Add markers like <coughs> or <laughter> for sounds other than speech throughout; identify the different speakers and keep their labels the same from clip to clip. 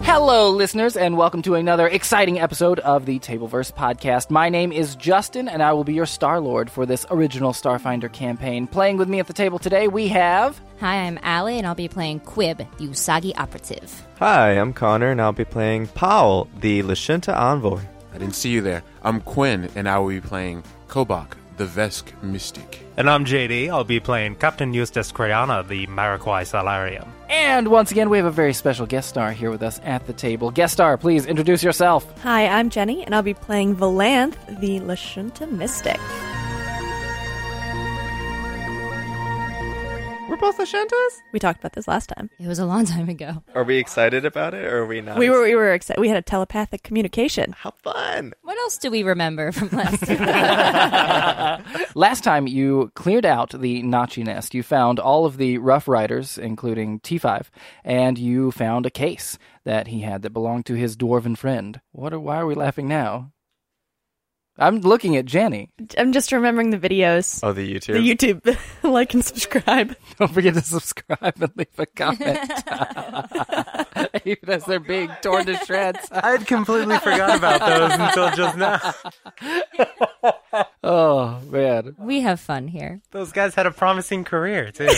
Speaker 1: Hello, listeners, and welcome to another exciting episode of the Tableverse podcast. My name is Justin, and I will be your Star Lord for this original Starfinder campaign. Playing with me at the table today, we have.
Speaker 2: Hi, I'm Allie, and I'll be playing Quib, the Usagi operative.
Speaker 3: Hi, I'm Connor, and I'll be playing Powell, the Lashinta envoy.
Speaker 4: I didn't see you there. I'm Quinn, and I will be playing Kobach, the Vesk Mystic.
Speaker 5: And I'm JD. I'll be playing Captain Eustace Crayana, the Maraquai Salarium.
Speaker 1: And once again, we have a very special guest star here with us at the table. Guest star, please introduce yourself.
Speaker 6: Hi, I'm Jenny, and I'll be playing Valanth, the Lashunta Mystic.
Speaker 3: We're both Lashintas?
Speaker 6: We talked about this last time.
Speaker 2: It was a long time ago.
Speaker 3: Are we excited about it, or are we not?
Speaker 6: We were we were excited. We had a telepathic communication.
Speaker 3: How fun!
Speaker 2: What else do we remember from <laughs> last time?
Speaker 1: Last time you cleared out the Nachi nest, you found all of the Rough Riders, including T5, and you found a case that he had that belonged to his dwarven friend. What? Are, why are we laughing now? I'm looking at Jenny.
Speaker 6: I'm just remembering the videos.
Speaker 3: Oh, the YouTube.
Speaker 6: the YouTube, <laughs> like and subscribe.
Speaker 1: <laughs> Don't forget to subscribe and leave
Speaker 6: <laughs>
Speaker 1: a comment. <laughs> Even as they're being torn to
Speaker 5: <laughs>
Speaker 1: shreds.
Speaker 5: I had completely forgot about those until just now.
Speaker 1: <laughs> Oh, man.
Speaker 2: we have fun here.
Speaker 5: Those guys had a promising career,
Speaker 4: <laughs>
Speaker 5: too.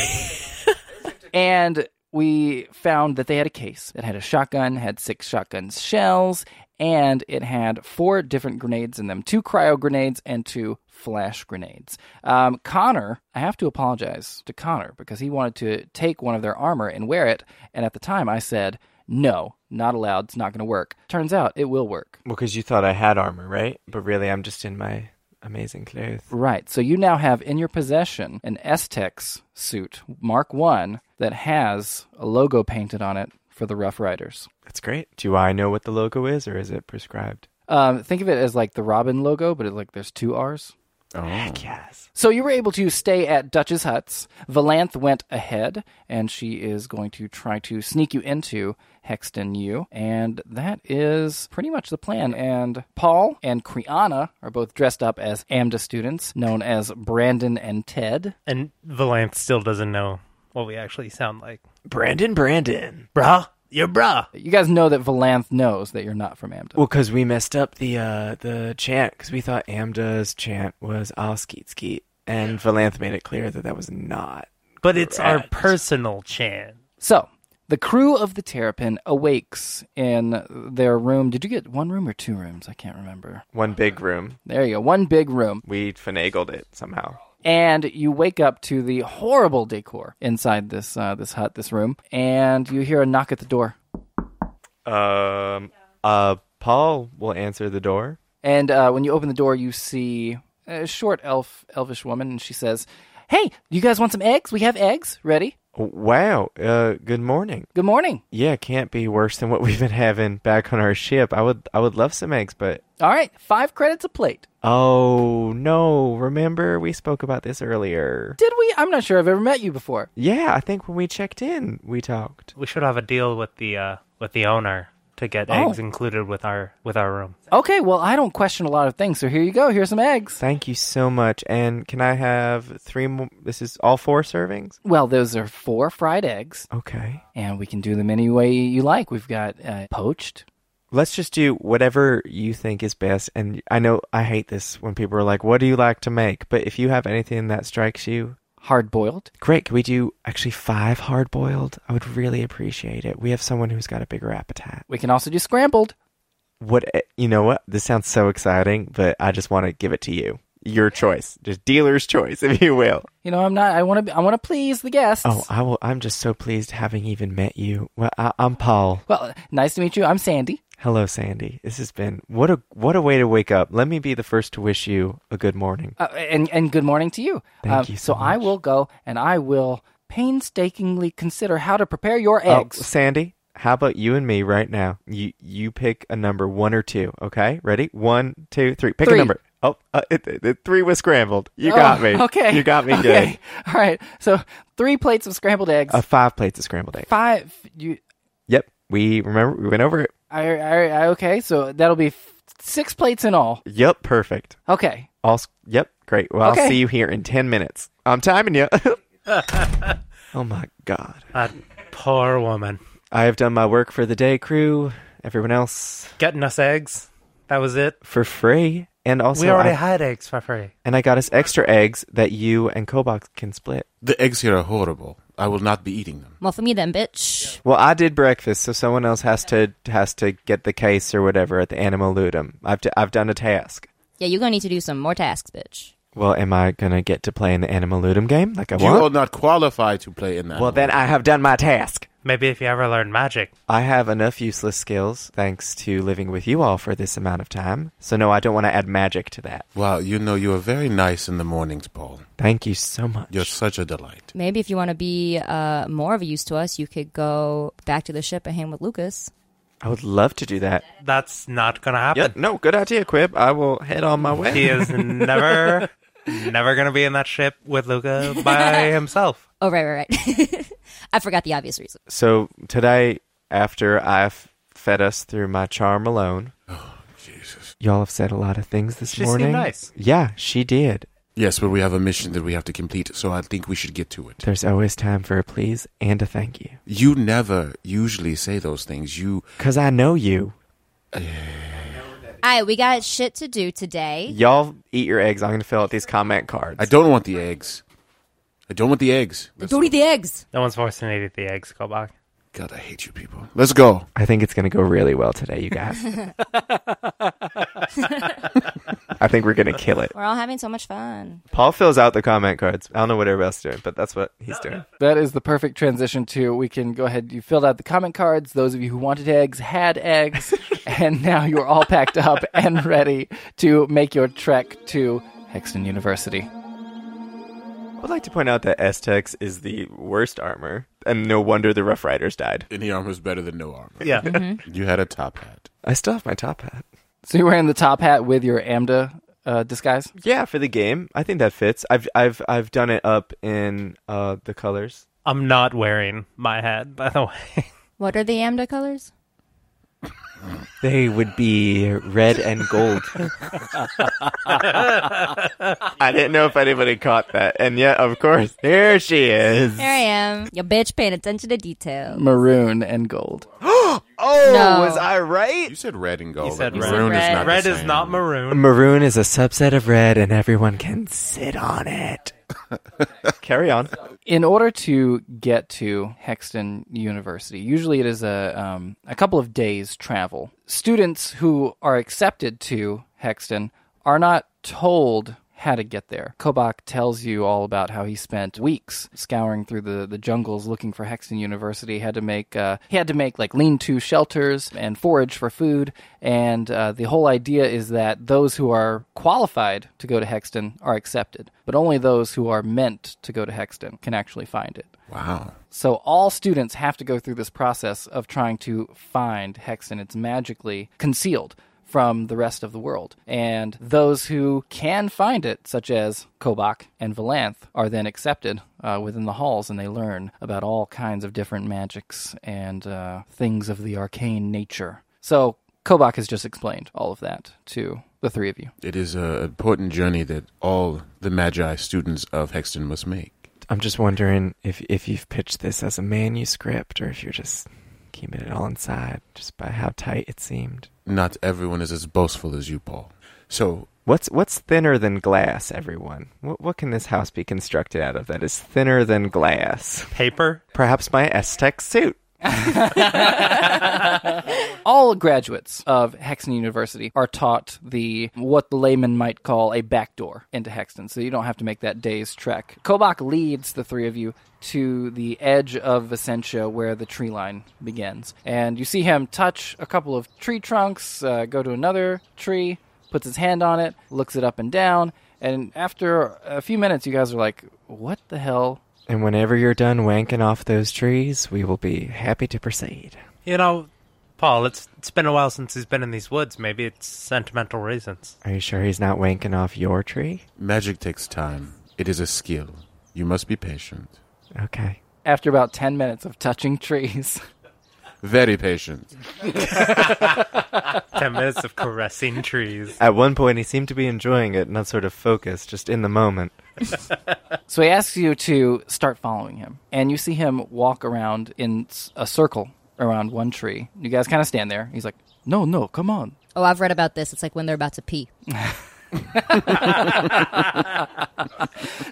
Speaker 1: and we found that they had a case that had a shotgun, had six shotgun shells, and it had four different grenades in them two cryo grenades and two flash grenades. Um, Connor, I have to apologize to Connor because he wanted to take one of their armor and wear it. And at the time, I said, no, not allowed. It's not going to work. Turns out it will work.
Speaker 3: Well, because you thought I had armor, right? But really, I'm just in my amazing clothes.
Speaker 1: Right. So you now have in your possession an Estex suit, Mark 1, that has a logo painted on it for the Rough Riders.
Speaker 3: That's great. Do I know what the logo is, or is it prescribed?
Speaker 1: Um, think of it as like the Robin logo, but it, like there's two R's.
Speaker 4: Oh.
Speaker 3: Yes.
Speaker 1: So you were able to stay at Dutch's huts. Valanth went ahead, and she is going to try to sneak you into Hexton U. And that is pretty much the plan. And Paul and Kriana are both dressed up as AMDA students, known as Brandon and Ted.
Speaker 5: and Valanth still doesn't know what we actually sound like.
Speaker 3: Brandon, Brandon.
Speaker 5: Bruh, you bruh.
Speaker 1: You guys know that Valanth knows that you're not from AMDA.
Speaker 3: Well, because we messed up the uh, the chant, because we thought Amda's chant was "I'll skeet skeet," and Valanth made it clear that that was not.
Speaker 5: But it's our
Speaker 3: Correct.
Speaker 5: personal chan.
Speaker 1: So the crew of the Terrapin awakes in their room. Did you get one room or two rooms? I can't remember.
Speaker 3: One big room.
Speaker 1: There you go. One big room.
Speaker 3: We finagled it somehow.
Speaker 1: and you wake up to the horrible decor inside this uh, this hut, this room, and you hear a knock at the door.
Speaker 3: Um, uh, Paul will answer the door.
Speaker 1: And uh, when you open the door, you see a short elf, elvish woman, and she says, "Hey, you guys want some eggs? We have eggs ready.
Speaker 3: Wow. Uh, good morning.
Speaker 1: Good morning.
Speaker 3: Yeah, can't be worse than what we've been having back on our ship. I would, I would love some eggs, but
Speaker 1: All right, five credits a plate.
Speaker 3: oh no! Remember we spoke about this earlier.
Speaker 1: Did we? I'm not sure I've ever met you before.
Speaker 3: Yeah, I think when we checked in, we talked.
Speaker 5: We should have a deal with the uh, with the owner to get
Speaker 1: Oh.
Speaker 5: eggs included with our with our room. <laughs>
Speaker 1: Okay, well, I don't question a lot of things, so here you go. Here's some eggs.
Speaker 3: Thank you so much. And can I have three? Mo- this is all four servings.
Speaker 1: Well, those are four fried eggs,
Speaker 3: Okay.
Speaker 1: and we can do them any way you like. We've got uh, poached,
Speaker 3: Let's just do whatever you think is best. And I know I hate this when people are like, "What do you like to make?" But if you have anything that strikes you,
Speaker 1: hard boiled.
Speaker 3: Great. Can we do actually five hard boiled? I would really appreciate it. We have someone who's got a bigger appetite.
Speaker 1: We can also do scrambled.
Speaker 3: What eh, you know what? This sounds so exciting, but I just want to give it to you. Your choice. Just dealer's choice, if you will.
Speaker 1: You know, I'm not. I want to. I want to please the guests.
Speaker 3: Oh, I will I'm just so pleased having even met you. Well, I, I'm Paul.
Speaker 1: well, nice to meet you. I'm Sandy.
Speaker 3: Hello, Sandy. This has been what a what a way to wake up. Let me be the first to wish you a good morning.
Speaker 1: Uh, and and good morning to you. Um,
Speaker 3: Thank you so
Speaker 1: I
Speaker 3: much.
Speaker 1: will go and I will painstakingly consider how to prepare your
Speaker 3: Oh,
Speaker 1: eggs.
Speaker 3: Sandy, how about you and me right now? You you pick a number one or two. Okay, ready? One, two, three. Pick
Speaker 1: Three.
Speaker 3: a number. Oh, uh, it, it- it- three was scrambled. You got
Speaker 1: Oh,
Speaker 3: me.
Speaker 1: Okay.
Speaker 3: you got
Speaker 1: <laughs>
Speaker 3: me
Speaker 1: Okay.
Speaker 3: good.
Speaker 1: All right. So three plates of scrambled eggs.
Speaker 3: Uh, five plates of scrambled eggs.
Speaker 1: five. You.
Speaker 3: Yep, we remember we went over it.
Speaker 1: I, I, I. Okay. So that'll be f- six plates in all.
Speaker 3: Yep, perfect.
Speaker 1: Okay.
Speaker 3: All s- yep, great. Well,
Speaker 1: Okay.
Speaker 3: I'll see you here in ten minutes. I'm
Speaker 1: <laughs>
Speaker 3: timing you. <laughs> oh my god.
Speaker 5: That poor woman.
Speaker 3: I have done my work for the day, crew. Everyone else
Speaker 5: Getting us eggs. That was it.
Speaker 3: for free. And also,
Speaker 5: we already
Speaker 3: I,
Speaker 5: had eggs for free.
Speaker 3: and I got us extra eggs that you and Kobach can split.
Speaker 4: The eggs here are horrible. I will not be eating them.
Speaker 2: Well, for me then, bitch.
Speaker 3: Well, I did breakfast, so someone else has to has to get the case or whatever at the animal ludum. I've d- I've done a task.
Speaker 2: Yeah, you're gonna need to do some more tasks, bitch.
Speaker 3: Well, am I gonna get to play in the animal ludum game like I
Speaker 4: You are
Speaker 3: want?
Speaker 4: not qualified to play in that.
Speaker 3: Well, then I have done my task.
Speaker 5: Maybe if you ever learn magic.
Speaker 3: I have enough useless skills thanks to living with you all for this amount of time. So no, I don't want to add magic to that.
Speaker 4: Wow, you know you are very nice in the mornings, Paul.
Speaker 3: Thank you so much.
Speaker 4: You're such a delight.
Speaker 2: Maybe if you want to be uh, more of a use to us, you could go back to the ship and hang with Lucas.
Speaker 3: I would love to do that.
Speaker 5: That's not gonna happen.
Speaker 3: Yeah, no, good idea, Quib. I will head on my
Speaker 5: He
Speaker 3: way. <laughs>
Speaker 4: <laughs>
Speaker 5: is never, never gonna be in that ship with Luca
Speaker 2: <laughs>
Speaker 4: <laughs>
Speaker 3: Uh,
Speaker 5: by himself.
Speaker 2: Oh, right, right, right. <laughs> I forgot the obvious reason.
Speaker 3: so today, after I've fed us through my charm alone,
Speaker 4: Jesus.
Speaker 3: y'all have said a lot of things this
Speaker 5: She seemed
Speaker 3: morning.
Speaker 5: nice.
Speaker 3: Yeah, she did.
Speaker 4: Yes, but we have a mission that we have to complete, so I think we should get to it.
Speaker 3: There's always time for a please and a thank you.
Speaker 4: You never usually say those things. You.
Speaker 3: Cause I know you.
Speaker 2: All right, we got shit to do today.
Speaker 3: Y'all eat your eggs. I'm gonna fill out these comment cards.
Speaker 4: I don't want the eggs. I don't want the eggs. Let's-
Speaker 2: Don't eat the
Speaker 3: <laughs>
Speaker 2: eggs. <laughs>
Speaker 5: No one's forcing to eat the eggs, Kobach.
Speaker 4: God, I hate you people. Let's go.
Speaker 3: I think it's going to go really well today, you guys. <laughs> I think we're going to kill it.
Speaker 2: We're all having so much fun.
Speaker 3: Paul fills out the comment cards. I don't know what everybody else is doing, but that's what he's doing.
Speaker 1: That is the perfect transition to we can go ahead. You filled out the comment cards. Those of you who wanted eggs had
Speaker 3: <laughs>
Speaker 1: eggs, and now you're all packed up and ready to make your trek to Hexton University.
Speaker 3: I would like to point out that Aztecs is the worst armor, and no wonder the Rough Riders died.
Speaker 4: Any armor is better than no armor.
Speaker 5: Yeah.
Speaker 4: You had a top hat.
Speaker 3: I still have my top hat.
Speaker 1: So you're wearing the top hat with your Amda uh, disguise.
Speaker 3: Yeah, for the game, I think that fits. I've I've I've done it up in uh, the colors.
Speaker 5: I'm not wearing my hat, by the way.
Speaker 2: What are the Amda colors?
Speaker 3: They would be red and gold. <laughs> I didn't know if anybody caught that, and yet, of course, there she is.
Speaker 2: There I am. Your bitch paying attention to
Speaker 4: <gasps>
Speaker 2: detail. <gasps>
Speaker 1: Maroon and gold.
Speaker 3: Oh,
Speaker 2: No.
Speaker 3: was I
Speaker 4: You
Speaker 3: right?
Speaker 4: said red and gold.
Speaker 5: You said
Speaker 4: but
Speaker 5: red.
Speaker 4: Maroon
Speaker 2: Red.
Speaker 4: is not
Speaker 5: Red
Speaker 4: the
Speaker 5: is
Speaker 4: same.
Speaker 5: not <laughs> maroon.
Speaker 3: Maroon is a subset of red, and everyone can sit on it. <laughs> Carry on.
Speaker 1: in order to get to Hexton University, usually it is a um, a couple of days travel. Students who are accepted to Hexton are not told how to get there. Kobach tells you all about how he spent weeks scouring through the, the jungles looking for Hexton University. Had to make uh, he had to make like lean-to shelters and forage for food. And uh, the whole idea is that those who are qualified to go to Hexton are accepted, but only those who are meant to go to Hexton can actually find it.
Speaker 4: Wow.
Speaker 1: So all students have to go through this process of trying to find Hexton. It's magically concealed from the rest of the world. And those who can find it, such as Kobach and Valanth, are then accepted uh, within the halls and they learn about all kinds of different magics and uh, things of the arcane nature. So Kobach has just explained all of that to the three of you.
Speaker 4: It is an important journey that all the Magi students of Hexton must make.
Speaker 3: I'm just wondering if if you've pitched this as a manuscript, or if you're just keeping it all inside, just by how tight it seemed.
Speaker 4: Not everyone is as boastful as you, Paul. Oh. So,
Speaker 3: What's what's thinner than glass? Everyone, what what can this house be constructed out of that is thinner than glass?
Speaker 5: Paper?
Speaker 3: Perhaps my
Speaker 4: <laughs>
Speaker 3: Aztec suit.
Speaker 1: all graduates of Hexton University are taught the what the layman might call a backdoor into Hexton, so you don't have to make that day's trek. Kobach leads the three of you to the edge of Vicentia where the tree line begins, and you see him touch a couple of tree trunks, uh, go to another tree, puts his hand on it, looks it up and down, and after a few minutes, you guys are like, "What the hell?"
Speaker 3: And whenever you're done wanking off those trees, we will be happy to proceed.
Speaker 5: You know, Paul, it's it's been a while since he's been in these woods. Maybe it's sentimental <laughs> reasons.
Speaker 3: Are you sure he's not wanking off your tree?
Speaker 4: magic takes time. It is a skill. You must be patient.
Speaker 3: Okay.
Speaker 1: After about ten minutes of touching trees.
Speaker 4: Very patient.
Speaker 5: Ten minutes of caressing trees.
Speaker 3: At one point, he seemed to be enjoying it, not sort of focused, just in the moment.
Speaker 1: So he asks you to start following him, and you see him walk around in s- a circle around one tree. You guys kind of stand there. He's like, "No, no, come on."
Speaker 2: Oh, I've read about this. It's like when they're about to pee.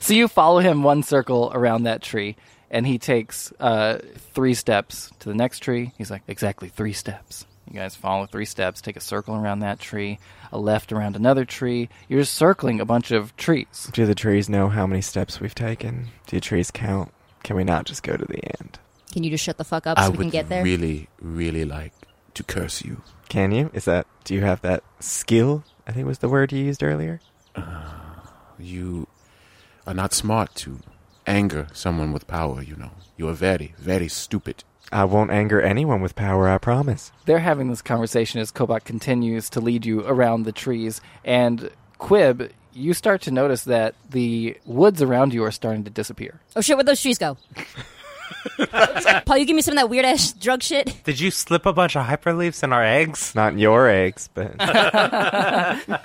Speaker 1: So you follow him one circle around that tree, and he takes uh, three steps to the next tree. He's like, exactly three steps. You guys follow three steps, take a circle around that tree, a left around another tree. You're just circling a bunch of trees.
Speaker 3: Do the trees know how many steps we've taken? Do trees count? Can we not just go to the end?
Speaker 2: Can you just shut the fuck up so
Speaker 4: I
Speaker 2: we can
Speaker 4: would
Speaker 2: get there?
Speaker 4: really, really like to curse you.
Speaker 3: Can you? Is that? Do you have that skill? I think was the word you used earlier.
Speaker 4: You are not smart to anger someone with power, you know. You are very, very stupid.
Speaker 3: I won't anger anyone with power. I promise.
Speaker 1: They're having this conversation as Kobach continues to lead you around the trees. And Quib, you start to notice that the woods around you are starting to disappear.
Speaker 2: oh shit, where'd those trees
Speaker 4: <laughs>
Speaker 2: go? Paul, you give me some of that weird ass drug
Speaker 4: <laughs>
Speaker 2: shit.
Speaker 5: Did you slip a bunch of hyperleaves in our eggs?
Speaker 3: Not your <laughs>
Speaker 5: <laughs>
Speaker 3: eggs, but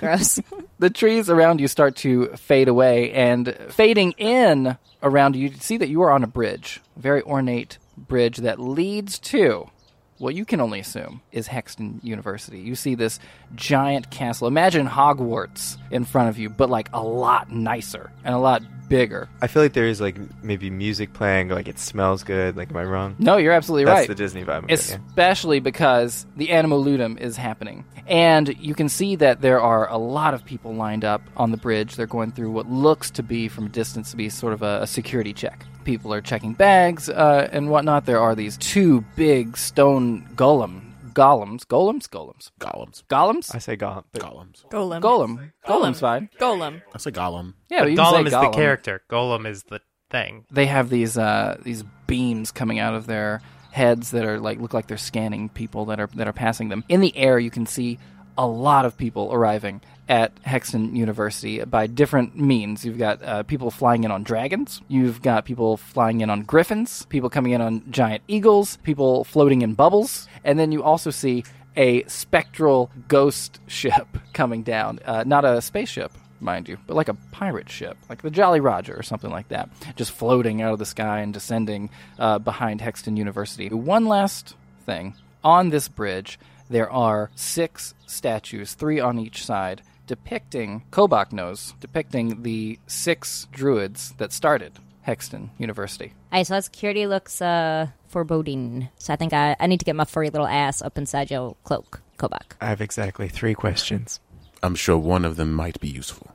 Speaker 2: <laughs> Gross.
Speaker 1: <laughs> the trees around you start to fade away and fading in around you you see that you are on a bridge a very ornate bridge that leads to what you can only assume is hexton university you see this giant castle imagine hogwarts in front of you but like a lot nicer and a lot bigger
Speaker 3: I feel like there's like maybe music playing. Like it smells good. Like am I wrong?
Speaker 1: no you're absolutely
Speaker 3: That's
Speaker 1: right
Speaker 3: the Disney vibe. I'm getting, yeah.
Speaker 1: especially because the animal ludum is happening and you can see that there are a lot of people lined up on the bridge they're going through what looks to be from a distance to be sort of a, a security check people are checking bags uh, and whatnot there are these two big stone golem golems golems golems
Speaker 4: Golems.
Speaker 1: golems
Speaker 3: I say gaunt, but
Speaker 4: Golems.
Speaker 6: Golem.
Speaker 1: golem golem's fine
Speaker 6: Golem.
Speaker 4: That's a golem.
Speaker 1: yeah but you can say
Speaker 5: Gollum is the
Speaker 1: golem.
Speaker 5: character. Golem is the thing.
Speaker 1: they have these uh, these beams coming out of their heads that are like look like they're scanning people that are that are passing them. In the air, you can see a lot of people arriving at Hexton University by different means. You've got uh, people flying in on dragons. You've got people flying in on griffins. People coming in on giant eagles. People floating in bubbles. And then you also see a spectral ghost ship coming down. Uh, not a spaceship, mind you, but like a pirate ship, like the Jolly Roger or something like that, just floating out of the sky and descending uh, behind Hexton University. One last thing on this bridge, there are six statues, three on each side, depicting Kobach knows, depicting the six druids that started Hexton University.
Speaker 2: All right, so that security looks uh, foreboding. So I think I, I need to get my furry little ass up inside your cloak, Kobach.
Speaker 3: I have exactly three questions,
Speaker 4: I'm sure one of them might be useful.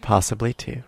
Speaker 3: possibly two.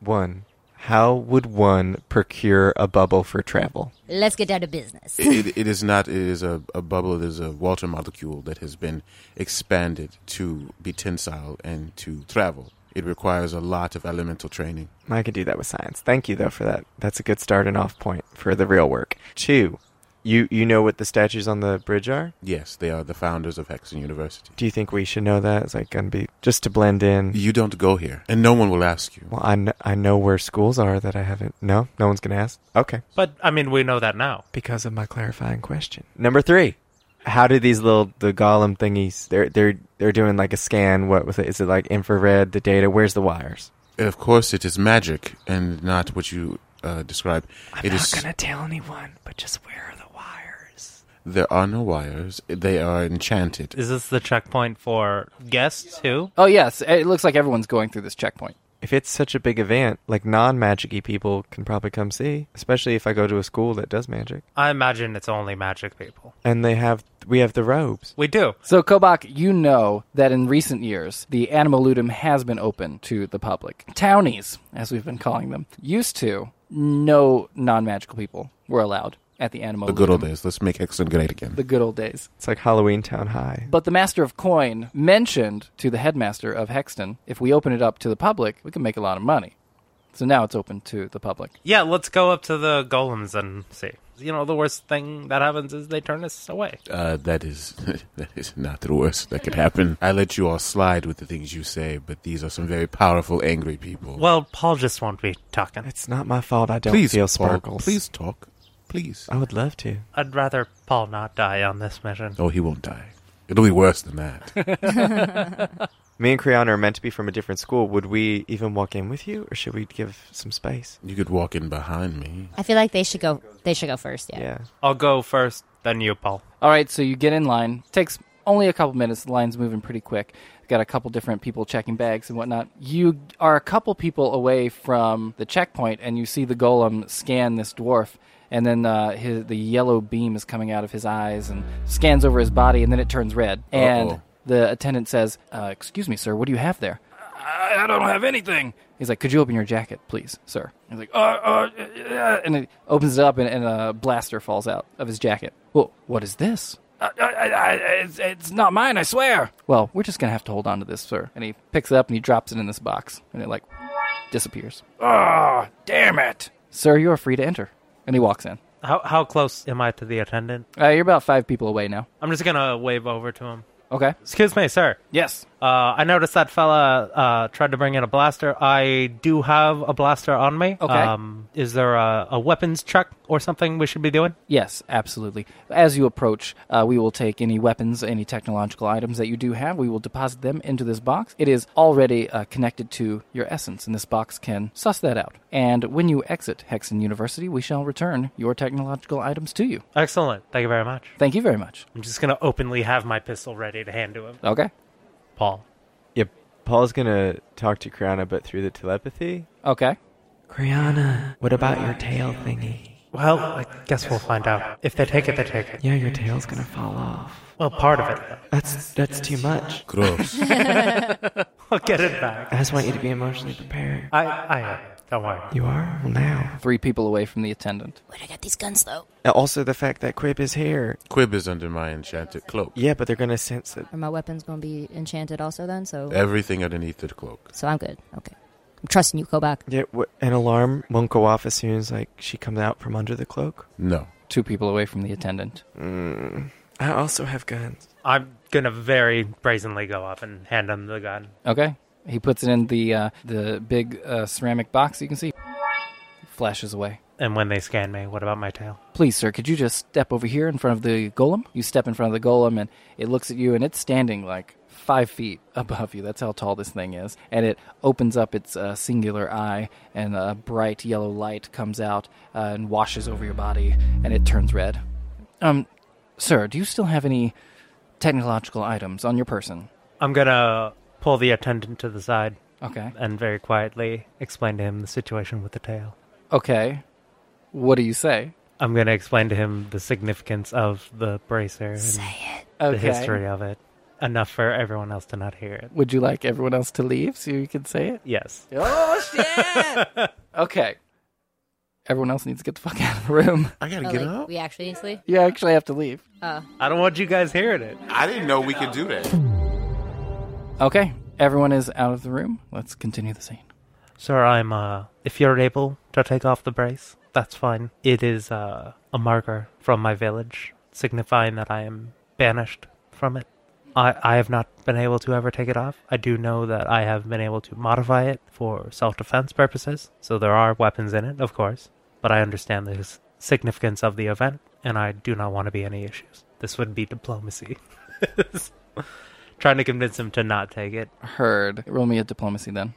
Speaker 3: one. How would one procure a bubble for travel?
Speaker 2: Let's get down to business.
Speaker 4: <coughs> It, it, it is not. It is a, a bubble. It is a water molecule that has been expanded to be tensile and to travel. It requires a lot of elemental training.
Speaker 3: I could do that with science. Thank you though for that. That's a good starting off point for the real work. Two, you you know what the statues on the bridge are?
Speaker 4: Yes, they are the founders of Hexton University.
Speaker 3: Do you think we should know that? Is that gonna be just to blend in?
Speaker 4: You don't go here, and no one will ask you.
Speaker 3: Well, I, kn- I know where schools are that I haven't. No, no one's gonna ask. Okay,
Speaker 5: But I mean, we know that now.
Speaker 3: because of my clarifying question. Number three, how do these little the golem thingies? They're they're they're doing like a scan. What was it? Is it like infrared? The data? Where's the wires?
Speaker 4: Of course, it is magic and not what you uh, describe. It is-
Speaker 3: tell anyone, but just where are the wires?
Speaker 4: There are no wires. They are enchanted.
Speaker 5: Is this the checkpoint for guests who?
Speaker 1: Oh, yes, it looks like everyone's going through this checkpoint.
Speaker 3: If it's such a big event, like non magicy people can probably come see, especially if I go to a school that does magic.
Speaker 5: I imagine it's only magic people.
Speaker 3: And they have we have the robes.
Speaker 5: We do.
Speaker 1: So, Kobach, you know that in recent years, the Animaludum has been open to the public. Townies, as we've been calling them, used to, no non magical people were allowed at the Animaludum.
Speaker 4: The good old days. Let's make Hexton great again.
Speaker 1: The good old days.
Speaker 3: It's like Halloween Town High.
Speaker 1: But the Master of Coin mentioned to the headmaster of Hexton if we open it up to the public, we can make a lot of money. So now it's open to the public.
Speaker 5: Yeah, let's go up to the golems and see. You know, the worst thing that happens is they turn us away.
Speaker 4: Uh, that is <laughs> that is not the worst that could happen. I let you all slide with the things you say, but these are some very powerful, angry people.
Speaker 5: Well, Paul just won't be talking.
Speaker 3: It's not my fault I don't
Speaker 4: please,
Speaker 3: feel
Speaker 4: Paul,
Speaker 3: sparkles.
Speaker 4: please talk. Please.
Speaker 3: I would love to.
Speaker 5: I'd rather Paul not die on this mission.
Speaker 4: Oh, he won't die. It'll be worse than that.
Speaker 3: me and Kriana are meant to be from a different school. Would we even walk in with you, or should we give some space?
Speaker 4: You could walk in behind me.
Speaker 2: I feel like they should go. They should go first. Yeah.
Speaker 3: Yeah.
Speaker 5: I'll go first, then you, Paul.
Speaker 1: All right, so you get in line. Takes only a couple minutes. The line's moving pretty quick. Got a couple different people checking bags and whatnot. You are a couple people away from the checkpoint, and you see the golem scan this dwarf. And then uh, his, the yellow beam is coming out of his eyes and scans over his body, and then it turns red. And
Speaker 4: Uh-oh.
Speaker 1: the attendant says, uh, "Excuse me, sir. What do you have there?" I, I don't have anything. He's like, could you open your jacket, please, sir? He's like, uh, uh, yeah. And he opens it up, and, and a blaster falls out of his jacket. Well, what is this? Uh, I, I, I, it's, it's not mine, I swear. Well, we're just going to have to hold on to this, sir. And he picks it up and he drops it in this box, and it, like, disappears. Ah, <laughs> damn it. Sir, you are free to enter. And he walks in.
Speaker 5: How how close am I to the attendant?
Speaker 1: Uh, you're about five people away now.
Speaker 5: I'm just gonna wave over to him.
Speaker 1: Okay.
Speaker 5: Excuse me, sir.
Speaker 1: Yes.
Speaker 5: Uh, I noticed that fella uh, tried to bring in a blaster. I do have a blaster on me.
Speaker 1: Okay.
Speaker 5: Um, is there a, a weapons check or something we should be doing?
Speaker 1: Yes, absolutely. As you approach, uh, we will take any weapons, any technological items that you do have. We will deposit them into this box. It is already uh, connected to your essence, and this box can suss that out. And when you exit Hexen University, we shall return your technological items to you.
Speaker 5: Excellent. Thank you very much.
Speaker 1: Thank you very much.
Speaker 5: I'm just gonna openly have my pistol ready to hand to him.
Speaker 1: Okay.
Speaker 5: Paul.
Speaker 3: Yeah. Paul's gonna talk to Kriana, but through the telepathy.
Speaker 1: Okay.
Speaker 7: Kriana, what about your tail thingy?
Speaker 5: Well, I guess we'll find out. If they take it, they take it.
Speaker 7: Yeah, your tail's gonna fall off.
Speaker 5: Well, part of it.
Speaker 7: That's that's too much.
Speaker 4: Gross.
Speaker 7: <laughs>
Speaker 5: I'll get it back.
Speaker 7: I just want you to be emotionally prepared.
Speaker 5: I, I am. Don't worry.
Speaker 7: You are well, now.
Speaker 1: Three people away from the attendant.
Speaker 2: Where'd I get these guns though?
Speaker 3: And also the fact that Quib is here.
Speaker 4: Quib is under my enchanted cloak.
Speaker 3: Yeah, but they're gonna sense it.
Speaker 2: Are my weapons gonna be enchanted also then? So
Speaker 4: Everything underneath the cloak.
Speaker 2: so I'm good. Okay. I'm trusting you, Kobach.
Speaker 3: Yeah, wh- an alarm won't go off as soon as like she comes out from under the cloak.
Speaker 4: No.
Speaker 1: Two people away from the attendant.
Speaker 3: Mm. I also have guns.
Speaker 5: I'm gonna very brazenly go up and hand him the gun.
Speaker 1: Okay. He puts it in the uh, the big uh, ceramic box. You can see. Flashes away.
Speaker 5: And when they scan me, what about my tail?
Speaker 1: Please, sir, could you just step over here in front of the golem? You step in front of the golem, and it looks at you, and it's standing like five feet above you. That's how tall this thing is. And it opens up its uh, singular eye, and a bright yellow light comes out uh, and washes over your body, and it turns red. Um, sir, do you still have any technological items on your person?
Speaker 5: I'm gonna pull the attendant to the side
Speaker 1: Okay.
Speaker 5: and very quietly explain to him the situation with the tail.
Speaker 1: Okay. What do you say?
Speaker 5: I'm gonna explain to him the significance of the bracer and the
Speaker 1: Okay.
Speaker 5: history of it. Enough for everyone else to not hear it.
Speaker 1: Would you like everyone else to leave so you can say it?
Speaker 5: Yes.
Speaker 2: <laughs>
Speaker 1: Oh shit! okay. Everyone else needs to get the fuck <laughs> out of the room.
Speaker 4: I gotta
Speaker 2: Oh,
Speaker 4: get
Speaker 2: like,
Speaker 4: out.
Speaker 2: we actually need to leave?
Speaker 1: You actually have to leave.
Speaker 2: Oh.
Speaker 5: I don't want you guys hearing it.
Speaker 4: I didn't know we could do that.
Speaker 1: Okay, everyone is out of the room. Let's continue the scene.
Speaker 5: Sir, I'm uh if you're able to take off the brace, that's fine. It is uh a marker from my village signifying that I am banished from it. I, I have not been able to ever take it off. I do know that I have been able to modify it for self defense purposes, so there are weapons in it, of course, but I understand the s- significance of the event, and I do not want to be any issues. This would be diplomacy. <laughs> Trying to convince him to not take it.
Speaker 1: Heard. Roll me a diplomacy then.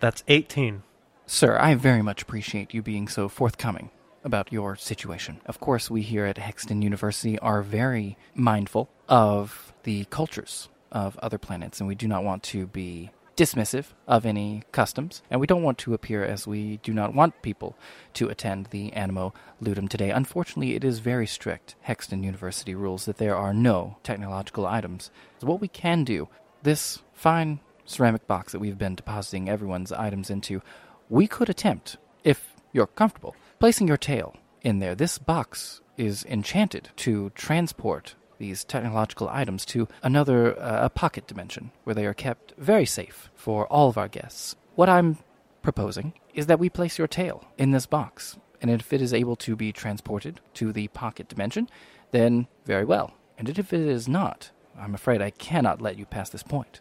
Speaker 5: That's 18.
Speaker 1: Sir, I very much appreciate you being so forthcoming about your situation. Of course, we here at Hexton University are very mindful of the cultures of other planets, and we do not want to be dismissive of any customs, and we don't want to appear as we do not want people to attend the Animo Ludum today. Unfortunately, it is very strict Hexton University rules that there are no technological items. So what we can do, this fine ceramic box that we've been depositing everyone's items into, we could attempt, if you're comfortable, placing your tail in there. This box is enchanted to transport these technological items to another uh, a pocket dimension where they are kept very safe for all of our guests. What I'm proposing is that we place your tail in this box, and if it is able to be transported to the pocket dimension, then very well. And if it is not, I'm afraid I cannot let you pass this point.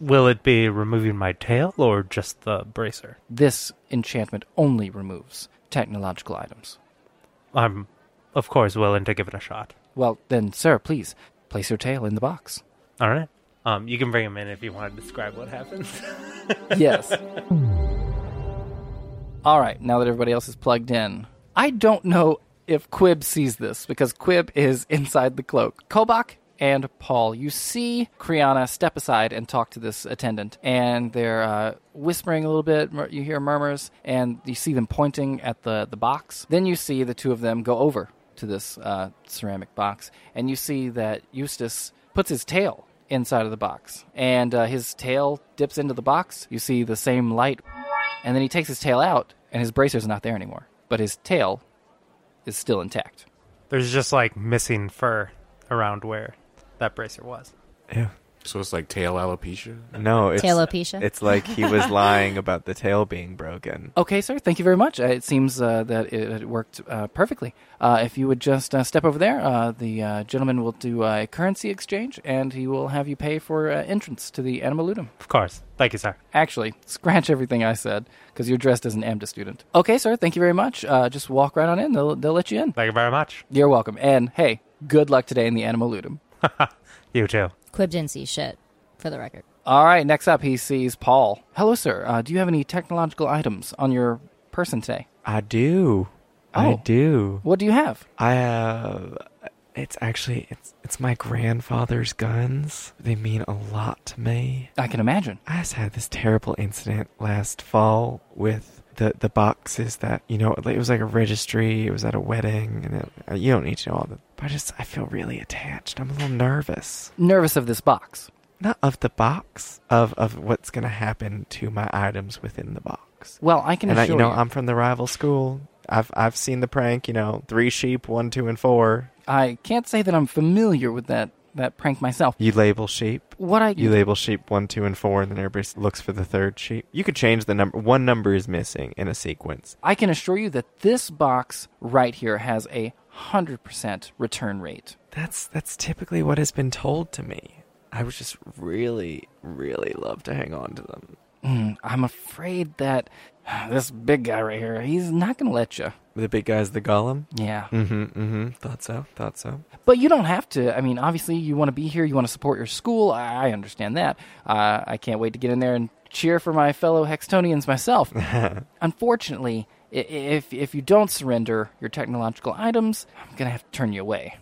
Speaker 5: Will it be removing my tail or just the bracer?
Speaker 1: This enchantment only removes technological items.
Speaker 5: I'm, of course, willing to give it a shot.
Speaker 1: Well, then, sir, please place your tail in the box.
Speaker 5: All right. Um, you can bring him in if you want to describe what happens. <laughs>
Speaker 1: yes. All right, now that everybody else is plugged in, I don't know if Quib sees this because Quib is <laughs> inside the cloak. Kobach and Paul, you see Kriana step aside and talk to this attendant, and they're uh, whispering a little bit. mur- You hear murmurs, and you see them pointing at the, the box. Then you see the two of them go over to this uh, ceramic box, and you see that Eustace puts his tail inside of the box, and uh, his tail dips into the box. You see the same light and then he takes his tail out, and his bracer's not there anymore. But his tail is still intact.
Speaker 5: There's just like missing fur around where that bracer was.
Speaker 3: Ew.
Speaker 4: So it's like tail alopecia.
Speaker 3: No, it's
Speaker 2: Tail alopecia?
Speaker 3: It's like he was lying about the tail being broken.
Speaker 1: Okay, sir, thank you very much. Uh, it seems uh, that it, it worked uh, perfectly. Uh, if you would just uh, step over there, uh, the uh, gentleman will do a currency exchange, and he will have you pay for uh, entrance to the Animaludum.
Speaker 5: Of course. Thank you, sir.
Speaker 1: Actually, scratch everything I said, because you're dressed as an AMDA student. Okay, sir, thank you very much. Uh, just walk right on in, they'll, they'll let you in.
Speaker 5: Thank you very much.
Speaker 1: You're welcome. And hey, good luck today in the Animaludum.
Speaker 5: <laughs> You too.
Speaker 2: Quib didn't see shit, for the record.
Speaker 1: All right, next up, he sees Paul. Hello, sir. Uh, do you have any technological items on your person today?
Speaker 3: I do. I
Speaker 1: Oh.
Speaker 3: do.
Speaker 1: What do you have?
Speaker 3: I have. It's actually it's it's my grandfather's guns. They mean a lot to me.
Speaker 1: I can imagine.
Speaker 3: I just had this terrible incident last fall with the the boxes that you know it was like a registry. It was at a wedding, and it, uh, you don't need to know all the. But I just I feel really attached. I'm a little nervous,
Speaker 1: Nervous of this box.
Speaker 3: not of the box, of of what's gonna happen to my items within the box.
Speaker 1: Well, I can
Speaker 3: and I,
Speaker 1: assure
Speaker 3: you
Speaker 1: you.
Speaker 3: know I'm from the rival school. I've I've seen the prank. You know, three sheep, one, two, and four.
Speaker 1: I can't say that I'm familiar with that, that prank myself.
Speaker 3: You label sheep.
Speaker 1: What I
Speaker 3: You label sheep one, two, and four, and then everybody looks for the third sheep. You could change the number. One number is missing in a sequence.
Speaker 1: I can assure you that this box right here has a hundred percent return rate.
Speaker 3: That's that's typically what has been told to me. I would just really, really love to hang on to them.
Speaker 1: Mm, I'm afraid that <sighs> this big guy right here, he's not going to let you.
Speaker 3: The big guy's the golem.
Speaker 1: Yeah.
Speaker 3: Mm-hmm. Mm-hmm. Thought so. Thought so.
Speaker 1: But you don't have to. I mean, obviously, you want to be here. You want to support your school. I I understand that. Uh, I can't wait to get in there and cheer for my fellow Hextonians myself. Unfortunately, i- i- if if you don't surrender your technological items, I'm gonna have to turn you away.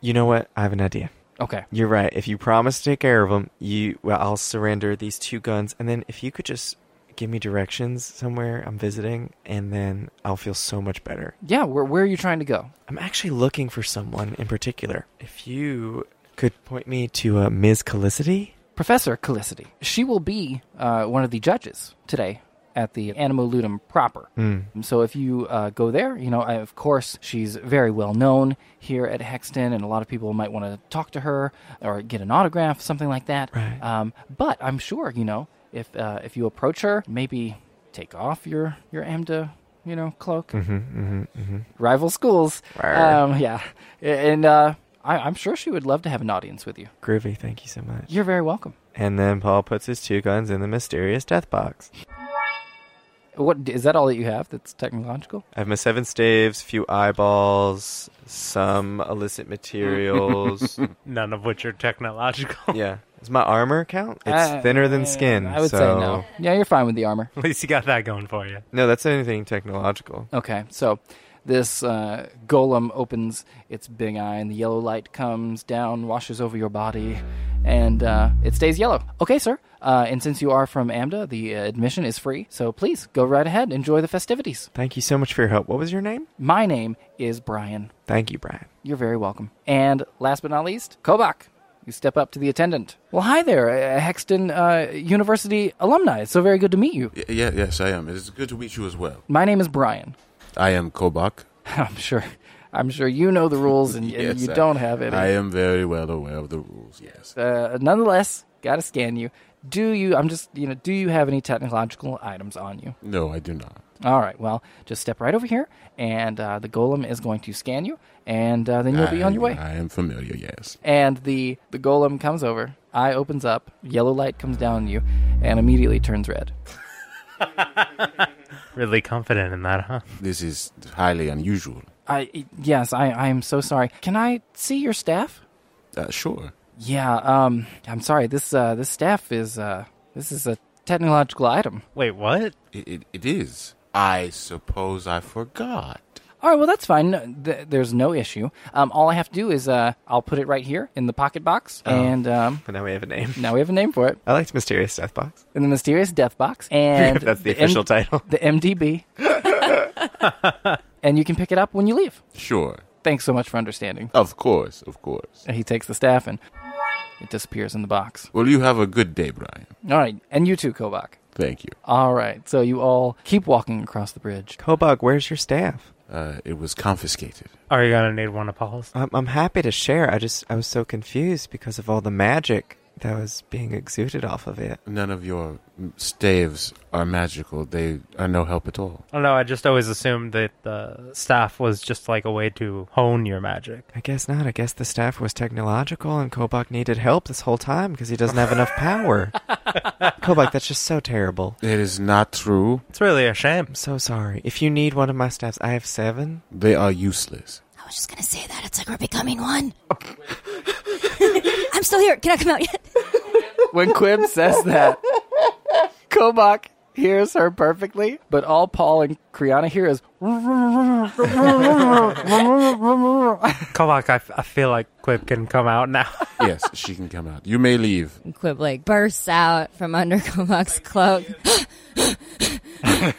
Speaker 3: You know what? I have an idea.
Speaker 1: Okay.
Speaker 3: You're right. If you promise to take care of them, you well, I'll surrender these two guns, and then if you could just give me directions somewhere I'm visiting, and then I'll feel so much better.
Speaker 1: Yeah. Where where are you trying to go?
Speaker 3: I'm actually looking for someone in particular. If you could point me to uh, Ms. Calicity,
Speaker 1: Professor Calicity. She will be uh, one of the judges today at the Animaludum proper.
Speaker 3: Hmm.
Speaker 1: So if you uh, go there, you know, I, of course, she's very well known here at Hexton, and a lot of people might want to talk to her or get an autograph, something like that.
Speaker 3: Right.
Speaker 1: Um, but I'm sure, you know, if uh, if you approach her, maybe take off your your Amda, you know, cloak. Mm-hmm, Rival schools.
Speaker 3: Rawr.
Speaker 1: Um, yeah, and uh, I, I'm sure she would love to have an audience with you.
Speaker 3: groovy. Thank you so much.
Speaker 1: You're very welcome.
Speaker 3: And then Paul puts his two guns in the mysterious death box.
Speaker 1: What is that all that you have that's technological?
Speaker 3: I have my seven staves, few eyeballs, some
Speaker 1: <laughs>
Speaker 3: illicit materials.
Speaker 5: <laughs> None of which are
Speaker 3: <laughs>
Speaker 5: technological.
Speaker 3: yeah. Does my armor count? It's
Speaker 1: Uh,
Speaker 3: thinner than skin.
Speaker 1: I would say
Speaker 3: so-
Speaker 1: no. Yeah, you're fine with the armor.
Speaker 5: <laughs> At least you got that going for you.
Speaker 3: No, that's anything technological.
Speaker 1: Okay, so this uh, golem opens its big eye, and the yellow light comes down, washes over your body, and uh, it stays yellow. Okay, sir. Uh, and since you are from Amda, the uh, admission is free, so please go right ahead, enjoy the festivities.
Speaker 3: Thank you so much for your help. What was your name?
Speaker 1: My name is Brian.
Speaker 3: Thank you, Brian.
Speaker 1: You're very welcome. And last but not least, Kobach. You step up to the attendant. Well, hi there, uh, Hexton uh, University alumni. It's so very good to meet you.
Speaker 4: Y- Yeah, yes, I am. It's good to meet you as well.
Speaker 1: My name is Brian.
Speaker 4: I am Kobach.
Speaker 1: I'm sure. I'm sure you know the rules
Speaker 4: <laughs>
Speaker 1: and, and
Speaker 4: Yes,
Speaker 1: you
Speaker 4: I-
Speaker 1: don't have any.
Speaker 4: I am very well aware of the rules. Yes.
Speaker 1: uh, nonetheless, gotta scan you. Do you? I'm just you know. Do you have any technological items on you?
Speaker 4: No, I do not.
Speaker 1: All right. Well, just step right over here, and uh, the golem is going to scan you, and uh, then you'll be on your way.
Speaker 4: I am familiar. Yes.
Speaker 1: And the the golem comes over. Eye opens up. Yellow light comes down on you, and immediately turns red.
Speaker 5: Really confident in that, huh?
Speaker 4: This is highly unusual.
Speaker 1: I yes. I I am so sorry. Can I see your staff?
Speaker 4: Uh, sure.
Speaker 1: Yeah, um, I'm sorry. This uh, this staff is uh, this is a technological item.
Speaker 5: Wait, what?
Speaker 4: It, it, it is. I suppose I forgot.
Speaker 1: All right, well that's fine. No, Th- there's no issue. Um, all I have to do is uh, I'll put it right here in the pocket box,
Speaker 3: Oh.
Speaker 1: and um,
Speaker 3: But now we have a name.
Speaker 1: now we have a name for it
Speaker 3: I liked Mysterious Death Box. <laughs>
Speaker 1: in the mysterious death box, and
Speaker 3: if <laughs> that's the,
Speaker 1: M-
Speaker 3: official title.
Speaker 1: the
Speaker 3: <laughs>
Speaker 1: MDB, and you can pick it up when you leave.
Speaker 4: Sure.
Speaker 1: Thanks so much for understanding.
Speaker 4: Of course, of course.
Speaker 1: And he takes the staff and it disappears in the box.
Speaker 4: Well, you have a good day, Brian.
Speaker 1: All right, and you too, Kobach.
Speaker 4: Thank you.
Speaker 1: All right, so you all keep walking across the bridge.
Speaker 3: Kobog, where's your staff?
Speaker 4: Uh, it was confiscated.
Speaker 5: Are you gonna need one of Paul's?
Speaker 3: I'm, I'm happy to share. I just I was so confused because of all the magic that was being exuded off of it.
Speaker 4: None of your staves are magical. They are no help at all.
Speaker 5: I don't know. I just always assumed that the staff was just like a way to hone your magic.
Speaker 3: I guess not. I guess the staff was technological and Kobach needed help this whole time because he doesn't have enough power.
Speaker 5: <laughs>
Speaker 3: Kobach, that's just so terrible.
Speaker 4: It is not true.
Speaker 5: It's really a shame.
Speaker 3: I'm so sorry. If you need one of my staffs, I have seven.
Speaker 4: They are useless.
Speaker 2: I was just gonna say that. It's like we're becoming one. I'm still here. Can I come out yet?
Speaker 1: When Quib says that, Kobach hears her perfectly, but all Paul and Kriana hear is <laughs>
Speaker 5: Kovak, I, f- I feel like Quib can come out now. <laughs>
Speaker 4: yes, she can come out. You may leave.
Speaker 2: Quib like bursts out from under Komok's <gasps> cloak. it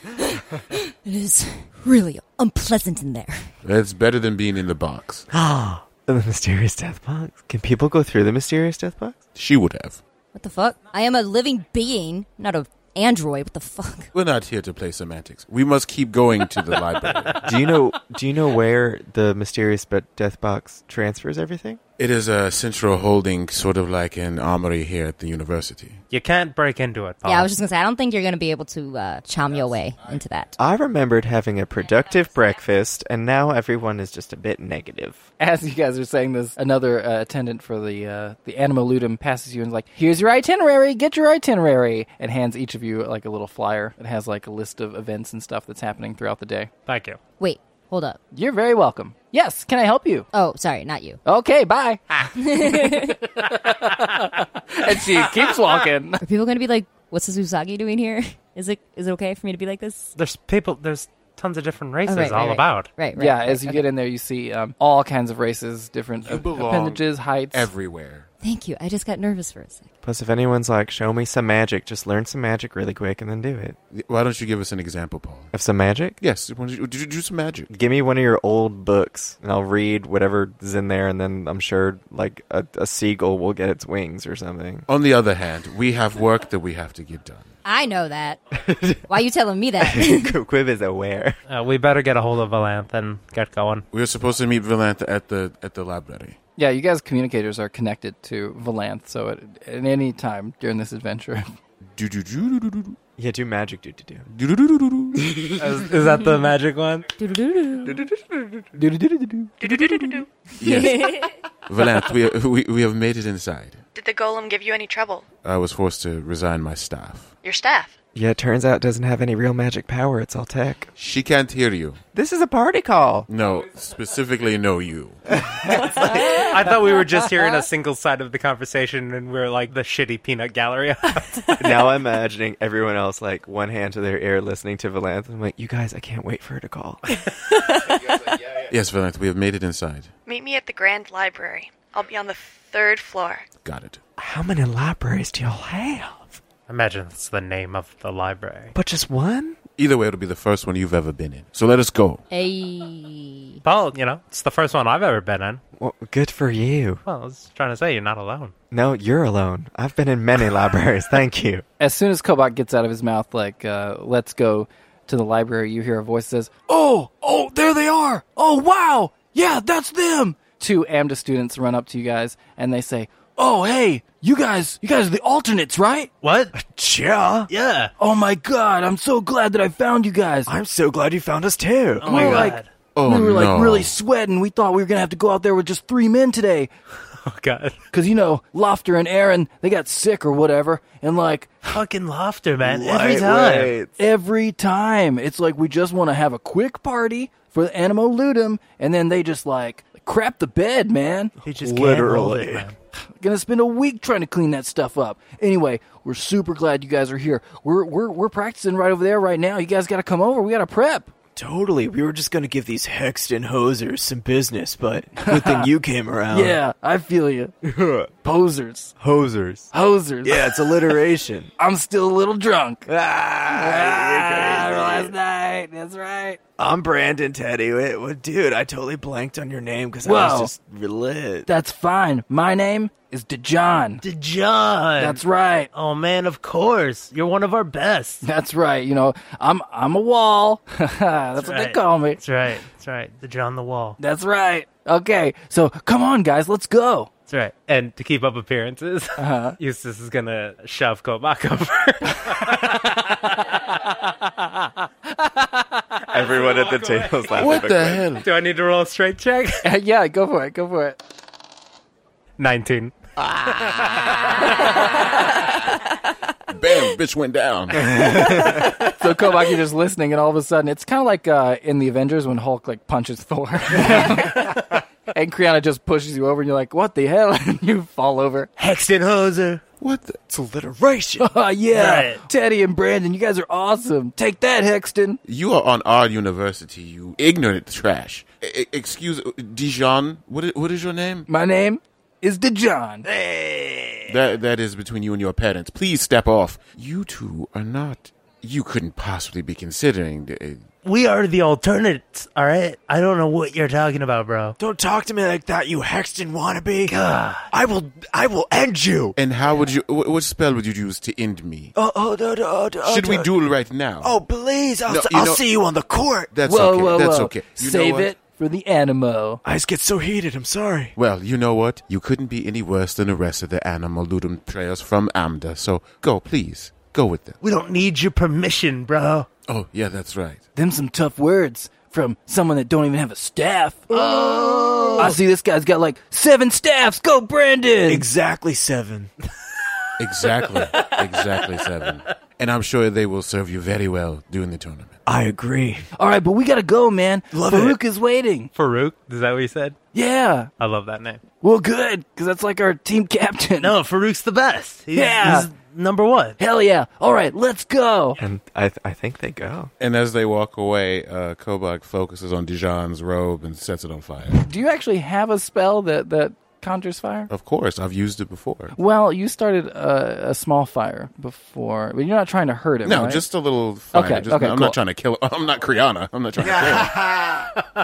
Speaker 2: is really unpleasant in there.
Speaker 4: That's better than being in the box.
Speaker 3: Ah, <gasps> the mysterious death box. Can people go through the mysterious death box?
Speaker 4: She would have.
Speaker 2: What the fuck? I am a living being, not a android. What the fuck?
Speaker 4: We're not here to play semantics. We must keep going to the
Speaker 3: <laughs>
Speaker 4: library.
Speaker 3: Do you know? do you know where the mysterious but death box transfers everything?
Speaker 4: It is a central holding, sort of like an armory here at the university.
Speaker 5: you can't break into
Speaker 4: Oh.
Speaker 5: it, Paul.
Speaker 2: Yeah, I was just gonna say. I don't think you're gonna be able to uh, charm your way into that.
Speaker 3: I remembered having a productive breakfast, and now everyone is just a bit negative.
Speaker 1: as you guys are saying this, another uh, attendant for the uh, the animaludum passes you and is like, "Here's your itinerary. Get your itinerary," and hands each of you like a little flyer. It has like a list of events and stuff that's happening throughout the day.
Speaker 5: Thank you.
Speaker 2: Wait, hold up.
Speaker 1: You're very welcome. Yes, can I help you?
Speaker 2: Oh, sorry, not you.
Speaker 1: Okay, bye.
Speaker 5: Ah.
Speaker 1: <laughs> and she keeps walking.
Speaker 2: Are people gonna be like, "What's this Usagi doing here? <laughs> Is it is it okay for me to be like this?"
Speaker 5: There's people. There's tons of different
Speaker 2: Oh,
Speaker 5: races
Speaker 2: right, right,
Speaker 5: all
Speaker 2: right.
Speaker 5: about.
Speaker 2: Right, right.
Speaker 1: yeah,
Speaker 2: right,
Speaker 1: as you
Speaker 2: okay.
Speaker 1: get in there, you see um, all kinds of races, different
Speaker 4: You
Speaker 1: ap-
Speaker 4: belong
Speaker 1: appendages, heights.
Speaker 4: Everywhere.
Speaker 2: Thank you. I just got nervous for a second.
Speaker 3: Plus, if anyone's like, "Show me some magic," just learn some magic really quick and then do it.
Speaker 4: Why don't you give us an example, Paul?
Speaker 3: Of some magic,
Speaker 4: Yes, why don't you- do, do, do some
Speaker 3: <laughs>
Speaker 4: magic.
Speaker 3: give me one of your old books, and I'll read whatever's in there, and then I'm sure like a, a seagull will get its wings or something.
Speaker 4: On the other hand, we have work that we have to get done.
Speaker 2: I know that. <laughs> Why you telling me that? <laughs>
Speaker 3: Quib is aware.
Speaker 5: Uh, we better get a hold of Valanth and get going.
Speaker 4: We are supposed to meet Valantha at the at the library.
Speaker 1: Yeah, you guys communicators are connected to Valanth, so at, at any time during this adventure, <laughs>
Speaker 4: Do do do do do do
Speaker 3: Yeah, do magic, do do do.
Speaker 4: do do do do do.
Speaker 5: is, is that the magic one?
Speaker 6: <laughs>
Speaker 4: Yes, Valanth, we, <laughs> uh, we we have made it inside.
Speaker 6: Did the golem give you any trouble?
Speaker 4: I was forced to resign my staff.
Speaker 6: Your staff.
Speaker 3: Yeah, it turns out it doesn't have any real magic power. It's all tech.
Speaker 4: She can't hear you.
Speaker 3: This is a party call.
Speaker 4: No, specifically, no you.
Speaker 5: I thought we were just hearing a single side of the conversation, and we are like the shitty
Speaker 1: <laughs>
Speaker 5: peanut gallery.
Speaker 3: now I'm imagining everyone else like one hand to their ear listening to Valanth. I'm like, you guys, I can't wait for her to call.
Speaker 4: <laughs> Yes, Valanth, we have made it inside.
Speaker 6: Meet me at the Grand Library. I'll be on the third floor.
Speaker 4: Got it.
Speaker 3: How many libraries do y'all have?
Speaker 5: Imagine it's the name of the library.
Speaker 3: But just one?
Speaker 4: Either way, it'll be the first one you've ever been in. So let us go.
Speaker 2: hey.
Speaker 5: Paul, you know, it's the first one I've ever been in.
Speaker 3: Well, good for you.
Speaker 5: Well, I was trying to say you're not alone.
Speaker 3: No, you're alone. I've been in many
Speaker 5: <laughs>
Speaker 3: libraries. Thank you.
Speaker 1: as soon as Kobach gets out of his mouth, like, uh, let's go to the library, you hear a voice says, Oh, oh, there they are. Oh, wow. Yeah, that's them. Two AMDA students run up to you guys and they say, Oh, hey, you guys, you guys are the alternates, right?
Speaker 5: What?
Speaker 1: <laughs>
Speaker 3: Yeah.
Speaker 5: Yeah.
Speaker 1: Oh my God, I'm so glad that I found you guys.
Speaker 3: I'm so glad you found us too.
Speaker 5: Oh my
Speaker 1: We were
Speaker 5: god.
Speaker 1: like-
Speaker 4: Oh,
Speaker 1: we were
Speaker 4: no.
Speaker 1: like really sweating. We thought we were going to have to go out there with just three men today.
Speaker 5: oh god.
Speaker 1: Cause you know, Lofter and Aaron, they got sick or whatever. And like,
Speaker 5: Fucking laughter, man.
Speaker 1: every time. It's like we just want to have a quick party for the Animo Ludum, and then they just like
Speaker 8: crap the bed, man.
Speaker 1: They just can't hold it,
Speaker 7: <laughs>
Speaker 9: Literally.
Speaker 1: man.
Speaker 8: Gonna spend a week trying to clean that stuff up. Anyway, we're super glad you guys are here. We're we're we're practicing right over there right now. You guys got to come over. We got to prep.
Speaker 9: Totally. We were just going to give these hexed and hosers some business, but good thing
Speaker 8: <laughs>
Speaker 9: you came around.
Speaker 8: Yeah, I feel
Speaker 4: <laughs>
Speaker 8: you. Posers,
Speaker 9: Hosers.
Speaker 8: hosers.
Speaker 9: Yeah, it's alliteration.
Speaker 8: <laughs> I'm still a little drunk.
Speaker 9: ah, you're crazy.
Speaker 8: last night. That's right.
Speaker 9: I'm Brandon Teddy. Wait, what- dude, I totally blanked on your name because I
Speaker 8: Whoa.
Speaker 9: was just lit.
Speaker 8: That's fine. My name is DeJohn.
Speaker 1: The John.
Speaker 8: That's right.
Speaker 1: Oh man, of course. You're one of our best.
Speaker 8: That's right. You know, I'm I'm a wall. <laughs> That's, what they
Speaker 1: right.
Speaker 8: call me.
Speaker 1: That's right. That's right. The John the Wall.
Speaker 8: That's right. Okay, so come on, guys, let's go.
Speaker 1: That's right. Uh-huh. And to keep up <laughs> appearances, Eustace is gonna shove Kobach over.
Speaker 10: Everyone at the table is laughing.
Speaker 4: What
Speaker 10: but
Speaker 4: the
Speaker 10: Quinn-
Speaker 4: hell?
Speaker 1: Do I need to roll a straight check?
Speaker 8: <laughs> yeah, go for it. Go for it.
Speaker 1: Nineteen.
Speaker 4: Bam, bitch went
Speaker 3: <laughs>
Speaker 4: down.
Speaker 8: So Kobach, you're just listening, and all of a sudden, it's kind of like uh, in the Avengers when Hulk like punches Thor, <laughs> and Kriana just pushes you over, and you're like, "What the hell?" <laughs> and you fall over.
Speaker 1: Hexton Hoser.
Speaker 4: What the?
Speaker 9: It's alliteration.
Speaker 8: Oh <laughs> yeah,
Speaker 1: Right.
Speaker 8: Teddy and Brandon, you guys are awesome. Take that, Hexton.
Speaker 4: You are on our university, you ignorant trash. I- I- E-, excuse, Dijon, what is, what is your name?
Speaker 8: My name is DeJohn.
Speaker 4: That That is between you and your parents. Please step off. You two are not. You couldn't possibly be considering. The, uh,
Speaker 1: We are the alternates, all right? I don't know what you're talking about, bro.
Speaker 9: Don't talk to me like that, you Hexton wannabe. I will, I will end you.
Speaker 4: and how would you. What, what spell would you use to end me?
Speaker 9: Oh, oh, no, no, oh, no,
Speaker 4: Should we
Speaker 9: no.
Speaker 4: duel right now?
Speaker 9: Oh, please! I'll,
Speaker 4: No,
Speaker 9: s-
Speaker 4: you
Speaker 9: I'll
Speaker 4: know-
Speaker 9: see you on the court.
Speaker 4: that's
Speaker 8: whoa,
Speaker 4: okay.
Speaker 8: whoa,
Speaker 4: that's
Speaker 8: whoa.
Speaker 4: okay. You know
Speaker 8: Save
Speaker 4: what?
Speaker 8: it for the animo.
Speaker 9: I just get so heated. I'm sorry.
Speaker 4: Well, you know what? You couldn't be any worse than the rest of the animal ludum trails from Amda, so go, please. Go with them.
Speaker 1: We don't need your permission, bro.
Speaker 4: Oh, yeah, that's right.
Speaker 8: Them some tough words from someone that don't even have a staff. Oh, I see. This guy's got like seven staffs. Go, Brandon.
Speaker 9: Exactly seven. <laughs>
Speaker 4: Exactly. exactly seven. And I'm sure they will serve you very well during the tournament.
Speaker 9: I agree.
Speaker 8: All right, but we gotta go, man.
Speaker 9: Love
Speaker 8: Farouk is waiting.
Speaker 1: Farouk? Is that what you said?
Speaker 8: Yeah.
Speaker 1: I love that name.
Speaker 8: Well, good, because that's like our team <laughs> captain.
Speaker 1: No, Farouk's the best. He's,
Speaker 8: Yeah.
Speaker 1: he's number one.
Speaker 8: Hell yeah. All right, let's go.
Speaker 11: And I, th- I think they go.
Speaker 4: And as they walk away, uh, Kobach focuses on Dijon's robe and sets it on fire.
Speaker 8: Do you actually have a spell that, that conjures fire?
Speaker 4: Of course, I've used it before.
Speaker 8: Well, you started a, a small fire before, but you're not trying to hurt it,
Speaker 4: No,
Speaker 8: right?
Speaker 4: just a little. Fire.
Speaker 8: Okay,
Speaker 4: Just-
Speaker 8: okay,
Speaker 4: I'm
Speaker 8: cool.
Speaker 4: not trying to kill. <laughs> I'm not Kriana. I'm not trying to kill.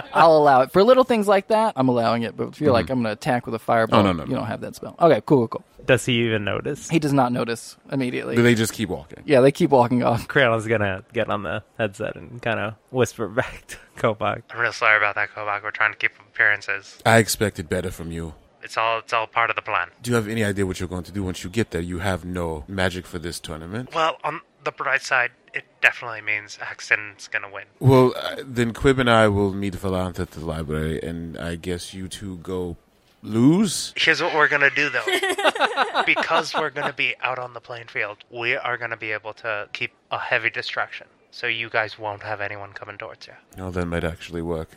Speaker 8: <laughs>
Speaker 4: her.
Speaker 8: I'll allow it. For little things like that, I'm allowing it, but if you're like, I'm going to attack with a fireball,
Speaker 4: Mm-hmm. Oh, no, no,
Speaker 8: you
Speaker 4: no.
Speaker 8: don't have that spell. Okay, cool, cool.
Speaker 1: Does he even notice?
Speaker 8: He does not notice immediately.
Speaker 4: Do they just keep walking?
Speaker 8: yeah, they keep walking off.
Speaker 1: Crayon's gonna get on the headset and kind of whisper <laughs> back to Kobach.
Speaker 5: I'm real sorry about that, Kobach. We're trying to keep appearances.
Speaker 4: I expected better from you.
Speaker 5: It's all it's all part of the plan.
Speaker 4: Do you have any idea what you're going to do once you get there? You have no magic for this tournament.
Speaker 5: Well, on the bright side, it definitely means Axton's gonna win.
Speaker 4: Well, uh, then Quib and I will meet Valanth at the library, and I guess you two go lose.
Speaker 5: Here's what we're gonna do
Speaker 4: <laughs>
Speaker 5: though. because we're gonna be out on the playing field, we are gonna be able to keep a heavy distraction. So you guys won't have anyone coming towards you.
Speaker 4: No, that might actually work.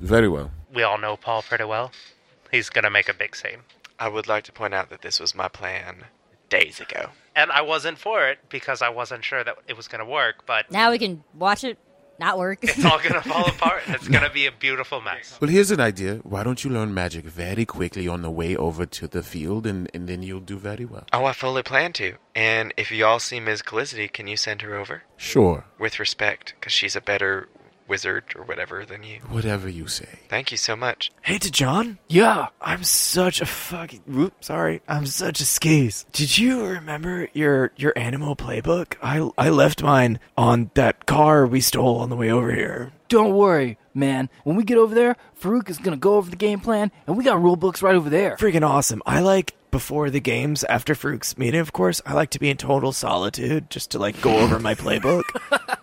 Speaker 4: Very well.
Speaker 5: We all know Paul pretty well. He's gonna make a big scene.
Speaker 3: I would like to point out that this was my plan days ago.
Speaker 5: And I wasn't for it because I wasn't sure that it was gonna work, but
Speaker 2: Now we can watch it not
Speaker 1: <laughs>
Speaker 2: work.
Speaker 5: it's all gonna fall apart. It's gonna be a beautiful mess.
Speaker 4: Well, here's an idea. Why don't you learn magic very quickly on the way over to the field, and, and then you'll do very well.
Speaker 3: Oh, I fully plan to. And if y'all see Ms. Glizzy, can you send her over?
Speaker 4: Sure.
Speaker 3: With respect, because she's a better wizard or whatever than you.
Speaker 4: Whatever you say.
Speaker 3: Thank you so much.
Speaker 9: Hey, to John.
Speaker 8: Yeah.
Speaker 9: I'm such a fucking. Whoop, sorry. I'm such a skis. Did you remember your your animal playbook? I I left mine on that car we stole on the way over here.
Speaker 8: Don't worry, man. When we get over there, Farouk is gonna go over the game plan, and we got rule books right over there.
Speaker 9: Freaking awesome. I like before the games, after Fruit's meeting, of course. I like to be in total solitude just to like go over my playbook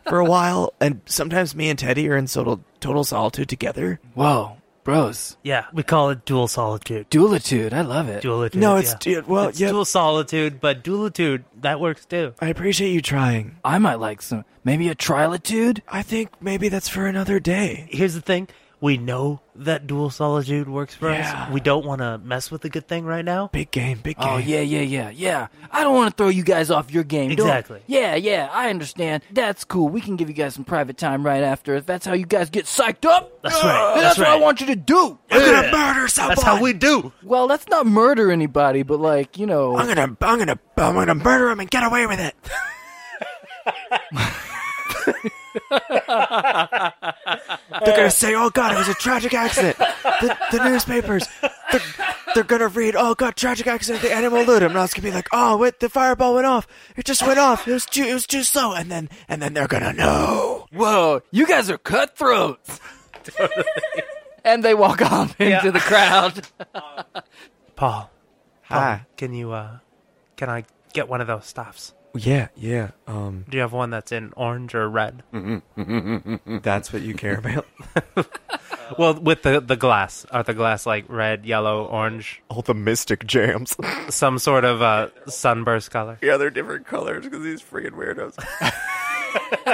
Speaker 9: for a while. And sometimes me and Teddy are in total total solitude together.
Speaker 8: Whoa, bros,
Speaker 1: Yeah, we call it dual solitude.
Speaker 8: dualitude. I love it.
Speaker 1: Dualitude.
Speaker 9: No, it's
Speaker 1: yeah.
Speaker 9: dude. Well,
Speaker 1: It's
Speaker 9: yeah.
Speaker 1: dual solitude, but dualitude that works too.
Speaker 9: I appreciate you trying.
Speaker 8: I might like some. Maybe a trilitude.
Speaker 9: I think maybe that's for another day.
Speaker 1: Here's the thing:
Speaker 5: We know that dual solitude works for
Speaker 9: Yeah.
Speaker 5: us. We don't want to mess with a good thing right now.
Speaker 9: Big game, big game.
Speaker 1: Oh yeah, yeah, yeah, yeah. I don't want to throw you guys off your game. don't-
Speaker 5: <laughs> Exactly.
Speaker 1: Yeah, yeah. I understand. That's cool. We can give you guys some private time right after. If that's how you guys get psyched up,
Speaker 5: That's right,
Speaker 1: That's,
Speaker 5: that's
Speaker 1: what I
Speaker 5: right.
Speaker 1: want you to do.
Speaker 9: I'm gonna murder someone.
Speaker 5: That's how we do.
Speaker 1: Well, that's not murder anybody, but like you know,
Speaker 9: I'm gonna, I'm gonna, I'm gonna murder him and get away with it. they're gonna say, "Oh God, it was a tragic accident." The, the newspapers, they're, they're gonna read, "Oh God, tragic accident, the animal lured him." And I was gonna be like, "Oh, wait, the fireball went off. It just went off. It was too, it was too slow." And then, and then they're gonna know.
Speaker 1: <laughs> whoa, you guys are
Speaker 9: <laughs>
Speaker 1: cutthroats. and they walk off into the
Speaker 9: <laughs>
Speaker 1: crowd.
Speaker 5: Paul,
Speaker 3: Hi.
Speaker 5: can you, uh, can I get one of those staffs?
Speaker 3: Yeah, yeah. Um,
Speaker 5: Do you have one that's in orange or red?
Speaker 4: Mm-hmm.
Speaker 3: <laughs> that's what you care about.
Speaker 4: <laughs>
Speaker 5: Well, with the, the glass. Are the glass like red, yellow, orange?
Speaker 3: All the mystic jams.
Speaker 5: <laughs> Some sort of uh, sunburst color?
Speaker 3: yeah, they're different colors because these freaking weirdos.
Speaker 4: <laughs>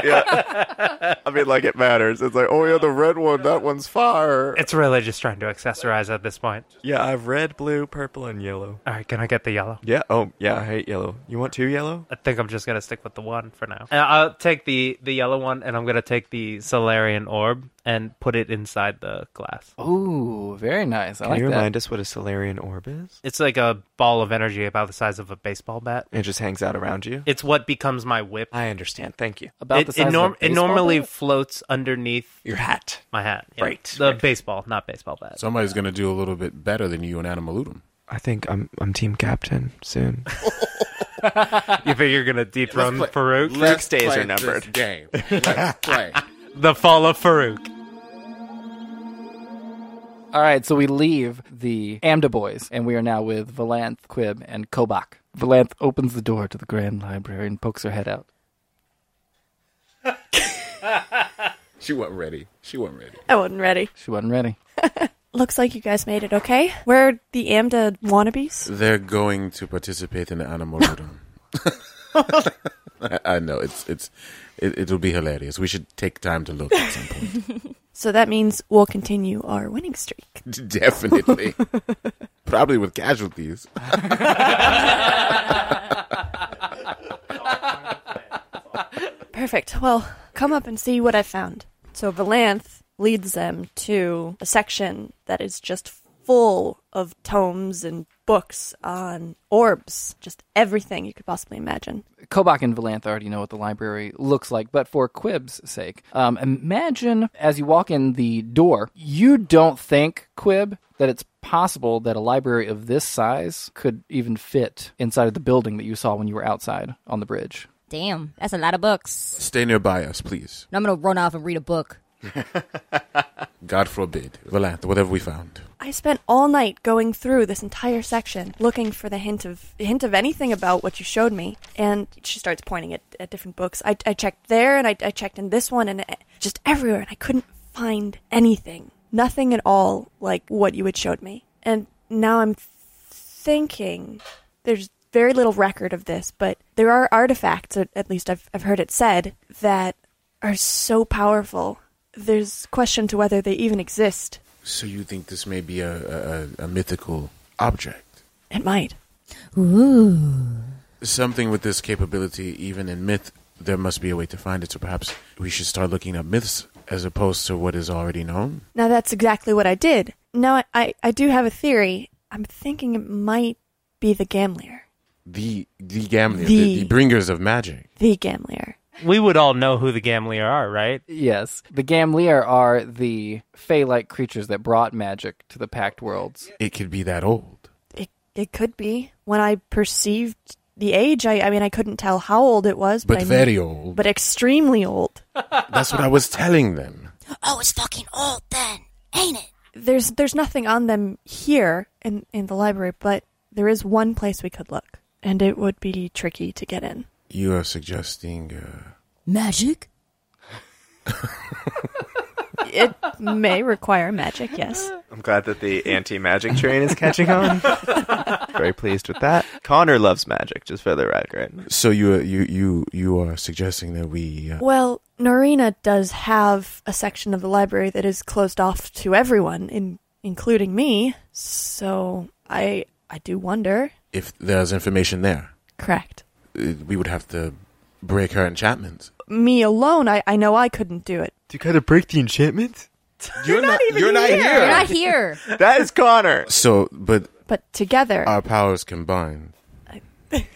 Speaker 3: yeah. I mean, like, it matters. It's like, oh, yeah, the red one, that one's fire.
Speaker 5: It's really just trying to accessorize at this point.
Speaker 3: <laughs> Yeah, I have red, blue, purple, and yellow.
Speaker 5: All right, can I get the yellow?
Speaker 3: Yeah, oh, yeah, I hate yellow. You want two yellow?
Speaker 5: I think I'm just gonna stick with the one for now. And Uh, I'll take the the yellow one, and I'm gonna take the Solarian orb and put it inside the glass.
Speaker 1: Ooh, very nice. I
Speaker 3: Can
Speaker 1: like
Speaker 3: you
Speaker 1: that.
Speaker 3: remind us what a Solarian orb is?
Speaker 5: It's like a ball of energy about the size of a baseball bat.
Speaker 3: It just hangs out around you.
Speaker 5: It's what becomes my whip.
Speaker 3: I understand. Thank you.
Speaker 1: About
Speaker 5: it,
Speaker 1: the
Speaker 5: it
Speaker 1: size
Speaker 5: norm-
Speaker 1: of a
Speaker 5: it
Speaker 1: baseball
Speaker 5: normally
Speaker 1: bat?
Speaker 5: floats underneath
Speaker 7: <laughs>
Speaker 3: Your hat.
Speaker 5: my hat. Yeah.
Speaker 3: Right,
Speaker 5: The baseball, not baseball bat.
Speaker 4: Somebody's going to do a little bit better than you in Animalutum.
Speaker 3: I think I'm I'm team captain soon.
Speaker 5: <laughs> you think you're gonna dethrone
Speaker 4: Let's
Speaker 5: Farouk?
Speaker 4: Let's
Speaker 3: days
Speaker 4: play
Speaker 3: are numbered.
Speaker 4: This game.
Speaker 5: <laughs>
Speaker 4: Let's play.
Speaker 5: The fall of Farouk.
Speaker 1: All right, so we leave the Amda boys, and we are now with Valanth, Quib, and Kobach. Valanth opens the door to the Grand Library and pokes her head out.
Speaker 4: <laughs> She wasn't ready. She wasn't ready.
Speaker 6: I wasn't ready.
Speaker 1: She wasn't ready.
Speaker 6: <laughs> Looks like you guys made it okay. Where are the Amda
Speaker 4: <laughs>
Speaker 6: wannabes?
Speaker 4: They're going to participate in the Animalutum. <laughs> I- I know it's it's it, it'll be hilarious. We should take time to look at some point.
Speaker 6: So that means we'll continue our winning streak.
Speaker 4: <laughs> <laughs> Definitely, probably with casualties.
Speaker 6: <laughs> Perfect. Well, come up and see what I found. So Valanth leads them to a section that is just full of tomes and books on orbs, just everything you could possibly imagine.
Speaker 1: Kobach and Valanth already know what the library looks like, but for Quib's sake, um, imagine as you walk in the door, you don't think, Quib, that it's possible that a library of this size could even fit inside of the building that you saw when you were outside on the bridge.
Speaker 2: <laughs> Damn, that's a lot of books.
Speaker 4: Stay nearby us, please.
Speaker 2: And I'm gonna run off and read a book.
Speaker 4: God forbid, Valanth, whatever we found.
Speaker 6: I spent all night going through this entire section looking for the hint of hint of anything about what you showed me, and she starts pointing at, at different books. I, I checked there, and I, I checked in this one, and eh, just everywhere, and I couldn't find anything, nothing at all like what you had showed me. And now I'm thinking there's very little record of this, but there are artifacts, or at least I've, I've heard it said, that are so powerful. There's question to whether they even exist.
Speaker 4: So you think this may be a, a, a mythical object?
Speaker 6: It might.
Speaker 4: Something with this capability, even in myth, there must be a way to find it. So perhaps we should start looking up myths as opposed to what is already known.
Speaker 6: Now that's exactly what I did. Now I, I, I do have a theory. I'm thinking it might be the Gamlier.
Speaker 4: The the Gamlier, the,
Speaker 6: The-
Speaker 4: the bringers of magic.
Speaker 6: The Gamlier.
Speaker 5: We would all know who the Gamlier are, right?
Speaker 1: Yes, the Gamlier are the fey-like creatures that brought magic to the Pact Worlds.
Speaker 4: It could be that old.
Speaker 6: It, it could be. When I perceived the age, I, I mean, I couldn't tell how old it was, but,
Speaker 4: But
Speaker 6: I
Speaker 4: very
Speaker 6: knew-
Speaker 4: old.
Speaker 6: But extremely old.
Speaker 4: <laughs> That's what I was telling them.
Speaker 2: Oh, it's fucking old then, ain't it?
Speaker 6: There's there's nothing on them here in, in the library, but there is one place we could look, and it would be tricky to get in.
Speaker 4: You are suggesting uh,
Speaker 2: Magic?
Speaker 6: it may require magic, yes.
Speaker 7: I'm glad that the anti-magic train is catching
Speaker 5: <laughs>
Speaker 7: on. <laughs> Very pleased with that. Connor loves magic, just for the record.
Speaker 4: So you uh, you you you are suggesting that we uh,
Speaker 6: <laughs> Well, Norina does have a section of the library that is closed off to everyone, in, including me. So I I do wonder.
Speaker 4: if there's information there,
Speaker 6: Correct.
Speaker 4: uh, we would have to break her enchantment.
Speaker 6: Me alone, I, I know I couldn't do it.
Speaker 7: Do you kind of break the
Speaker 1: <laughs>
Speaker 7: enchantment?
Speaker 4: You're, not, you're not here.
Speaker 2: You're not here.
Speaker 7: <laughs> That is Connor.
Speaker 4: So, but
Speaker 6: But together,
Speaker 4: our powers combined.
Speaker 6: <laughs> I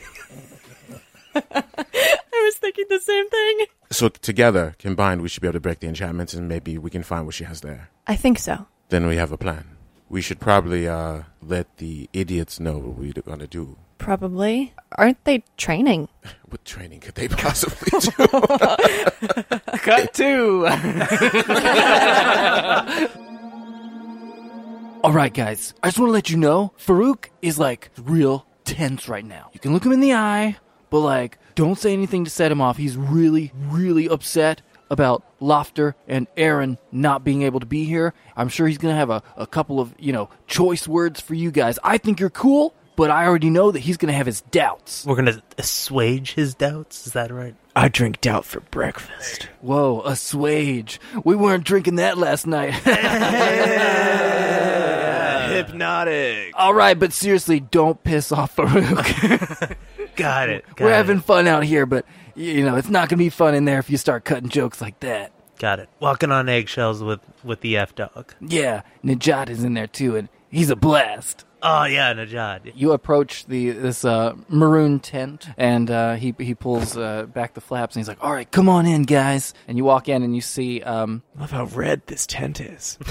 Speaker 6: was thinking the same thing.
Speaker 4: So together, combined, we should be able to break the enchantment, and maybe we can find what she has there.
Speaker 6: I think so.
Speaker 4: Then we have a plan. We should probably uh, let the idiots know what we're going to do.
Speaker 6: Probably. Aren't they training? <laughs>
Speaker 4: What training could they possibly do? <laughs>
Speaker 1: Cut two. All right, guys. I just want to let you know Farouk is like real tense right now. You can look him in the eye, but like, don't say anything to set him off. He's really, really upset about Lofter and Aaron not being able to be here. I'm sure he's going to have a, a couple of, you know, choice words for you guys. I think you're cool, but I already know that he's going to have his doubts.
Speaker 5: We're gonna assuage his doubts. Is that right?
Speaker 9: I drink doubt for breakfast.
Speaker 1: Whoa, assuage. We weren't drinking that last
Speaker 5: <laughs>
Speaker 1: night. <laughs>
Speaker 9: Hypnotic.
Speaker 1: All right, but seriously, don't piss off Farouk.
Speaker 5: <laughs> Got it. Got
Speaker 1: We're
Speaker 5: it.
Speaker 1: having fun out here, but y- you know it's not gonna be fun in there if you start cutting jokes like that.
Speaker 5: Got it. Walking on eggshells with with the F dog.
Speaker 1: Yeah, Najat is in there too, and he's a blast.
Speaker 5: Oh yeah, Najad.
Speaker 1: You approach the this uh, maroon tent, and uh, he he pulls uh, back the flaps, and he's like, "All right, come on in, guys." And you walk in, and you see um,
Speaker 9: Love how red this tent is.
Speaker 5: <laughs>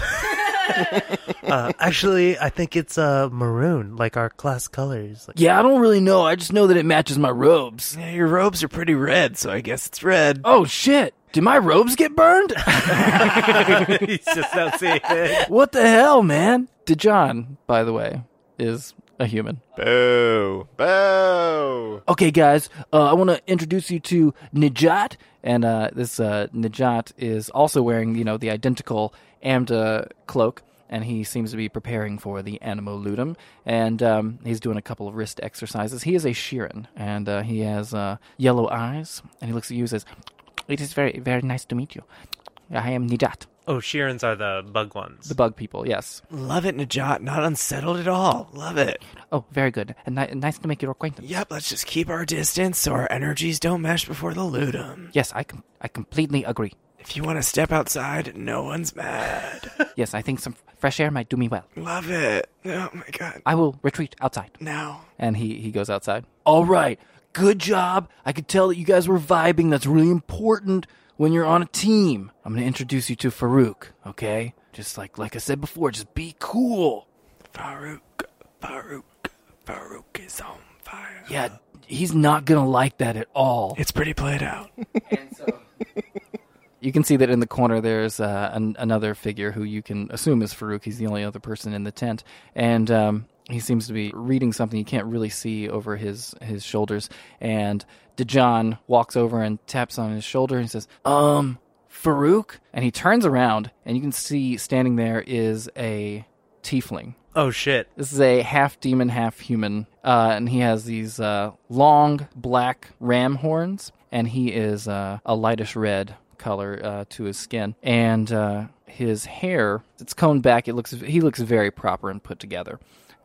Speaker 5: Uh, actually, I think it's uh maroon, like our class colors. Like,
Speaker 1: Yeah, I don't really know. I just know that it matches my robes.
Speaker 9: Yeah, your robes are pretty red, so I guess it's red.
Speaker 1: Oh shit! Did my robes get
Speaker 9: <laughs>
Speaker 1: burned? <laughs>
Speaker 5: He's just not seeing it.
Speaker 1: what the hell, man? Dijon, by the way, is a human.
Speaker 7: Boo! Boo!
Speaker 1: Okay, guys, uh, I want to introduce you to Najat, and uh, this uh, Najat is also wearing, you know, the identical Amda cloak, and he seems to be preparing for the Animaludum, and um, he's doing a couple of wrist exercises. He is a Sheeran, and uh, he has uh, yellow eyes, and he looks at you and says, "It is very, very nice to meet you. I am Najat,
Speaker 5: Oh, Sheerans are the bug ones.
Speaker 1: the Bug People. Yes.
Speaker 9: Love it, Najat. Not unsettled at all. Love it.
Speaker 1: Oh, very good, and ni- nice to make your acquaintance."
Speaker 9: Yep, let's just keep our distance so our energies don't mesh before the ludum.
Speaker 1: Yes, I com- I completely agree.
Speaker 9: If you want to step outside, no one's mad. <laughs>
Speaker 1: Yes, I think some fresh air might do me well.
Speaker 9: Love it. Oh my god.
Speaker 1: I will retreat outside.
Speaker 9: Now.
Speaker 1: and he he goes outside. All right, good job. I could tell that you guys were vibing. That's really important when you're on a team. I'm gonna introduce you to Farouk. Okay, just like like I said before, just be cool.
Speaker 9: Farouk, Farouk, Farouk is on fire.
Speaker 1: Yeah, he's not gonna like that at all.
Speaker 9: It's pretty played out.
Speaker 1: You can see that in the corner there's uh, an, another figure who you can assume is Farouk. He's the only other person in the tent, and um, he seems to be reading something you can't really see over his his shoulders. And Dijon walks over and taps on his shoulder and says, "Um, Farouk." And he turns around, and you can see standing there is a tiefling.
Speaker 5: Oh shit.
Speaker 1: This is a half demon, half human, uh, and he has these uh, long black ram horns, and he is uh, a lightish red color uh, to his skin, and uh, his hair it's combed back. It looks he looks very proper and put together.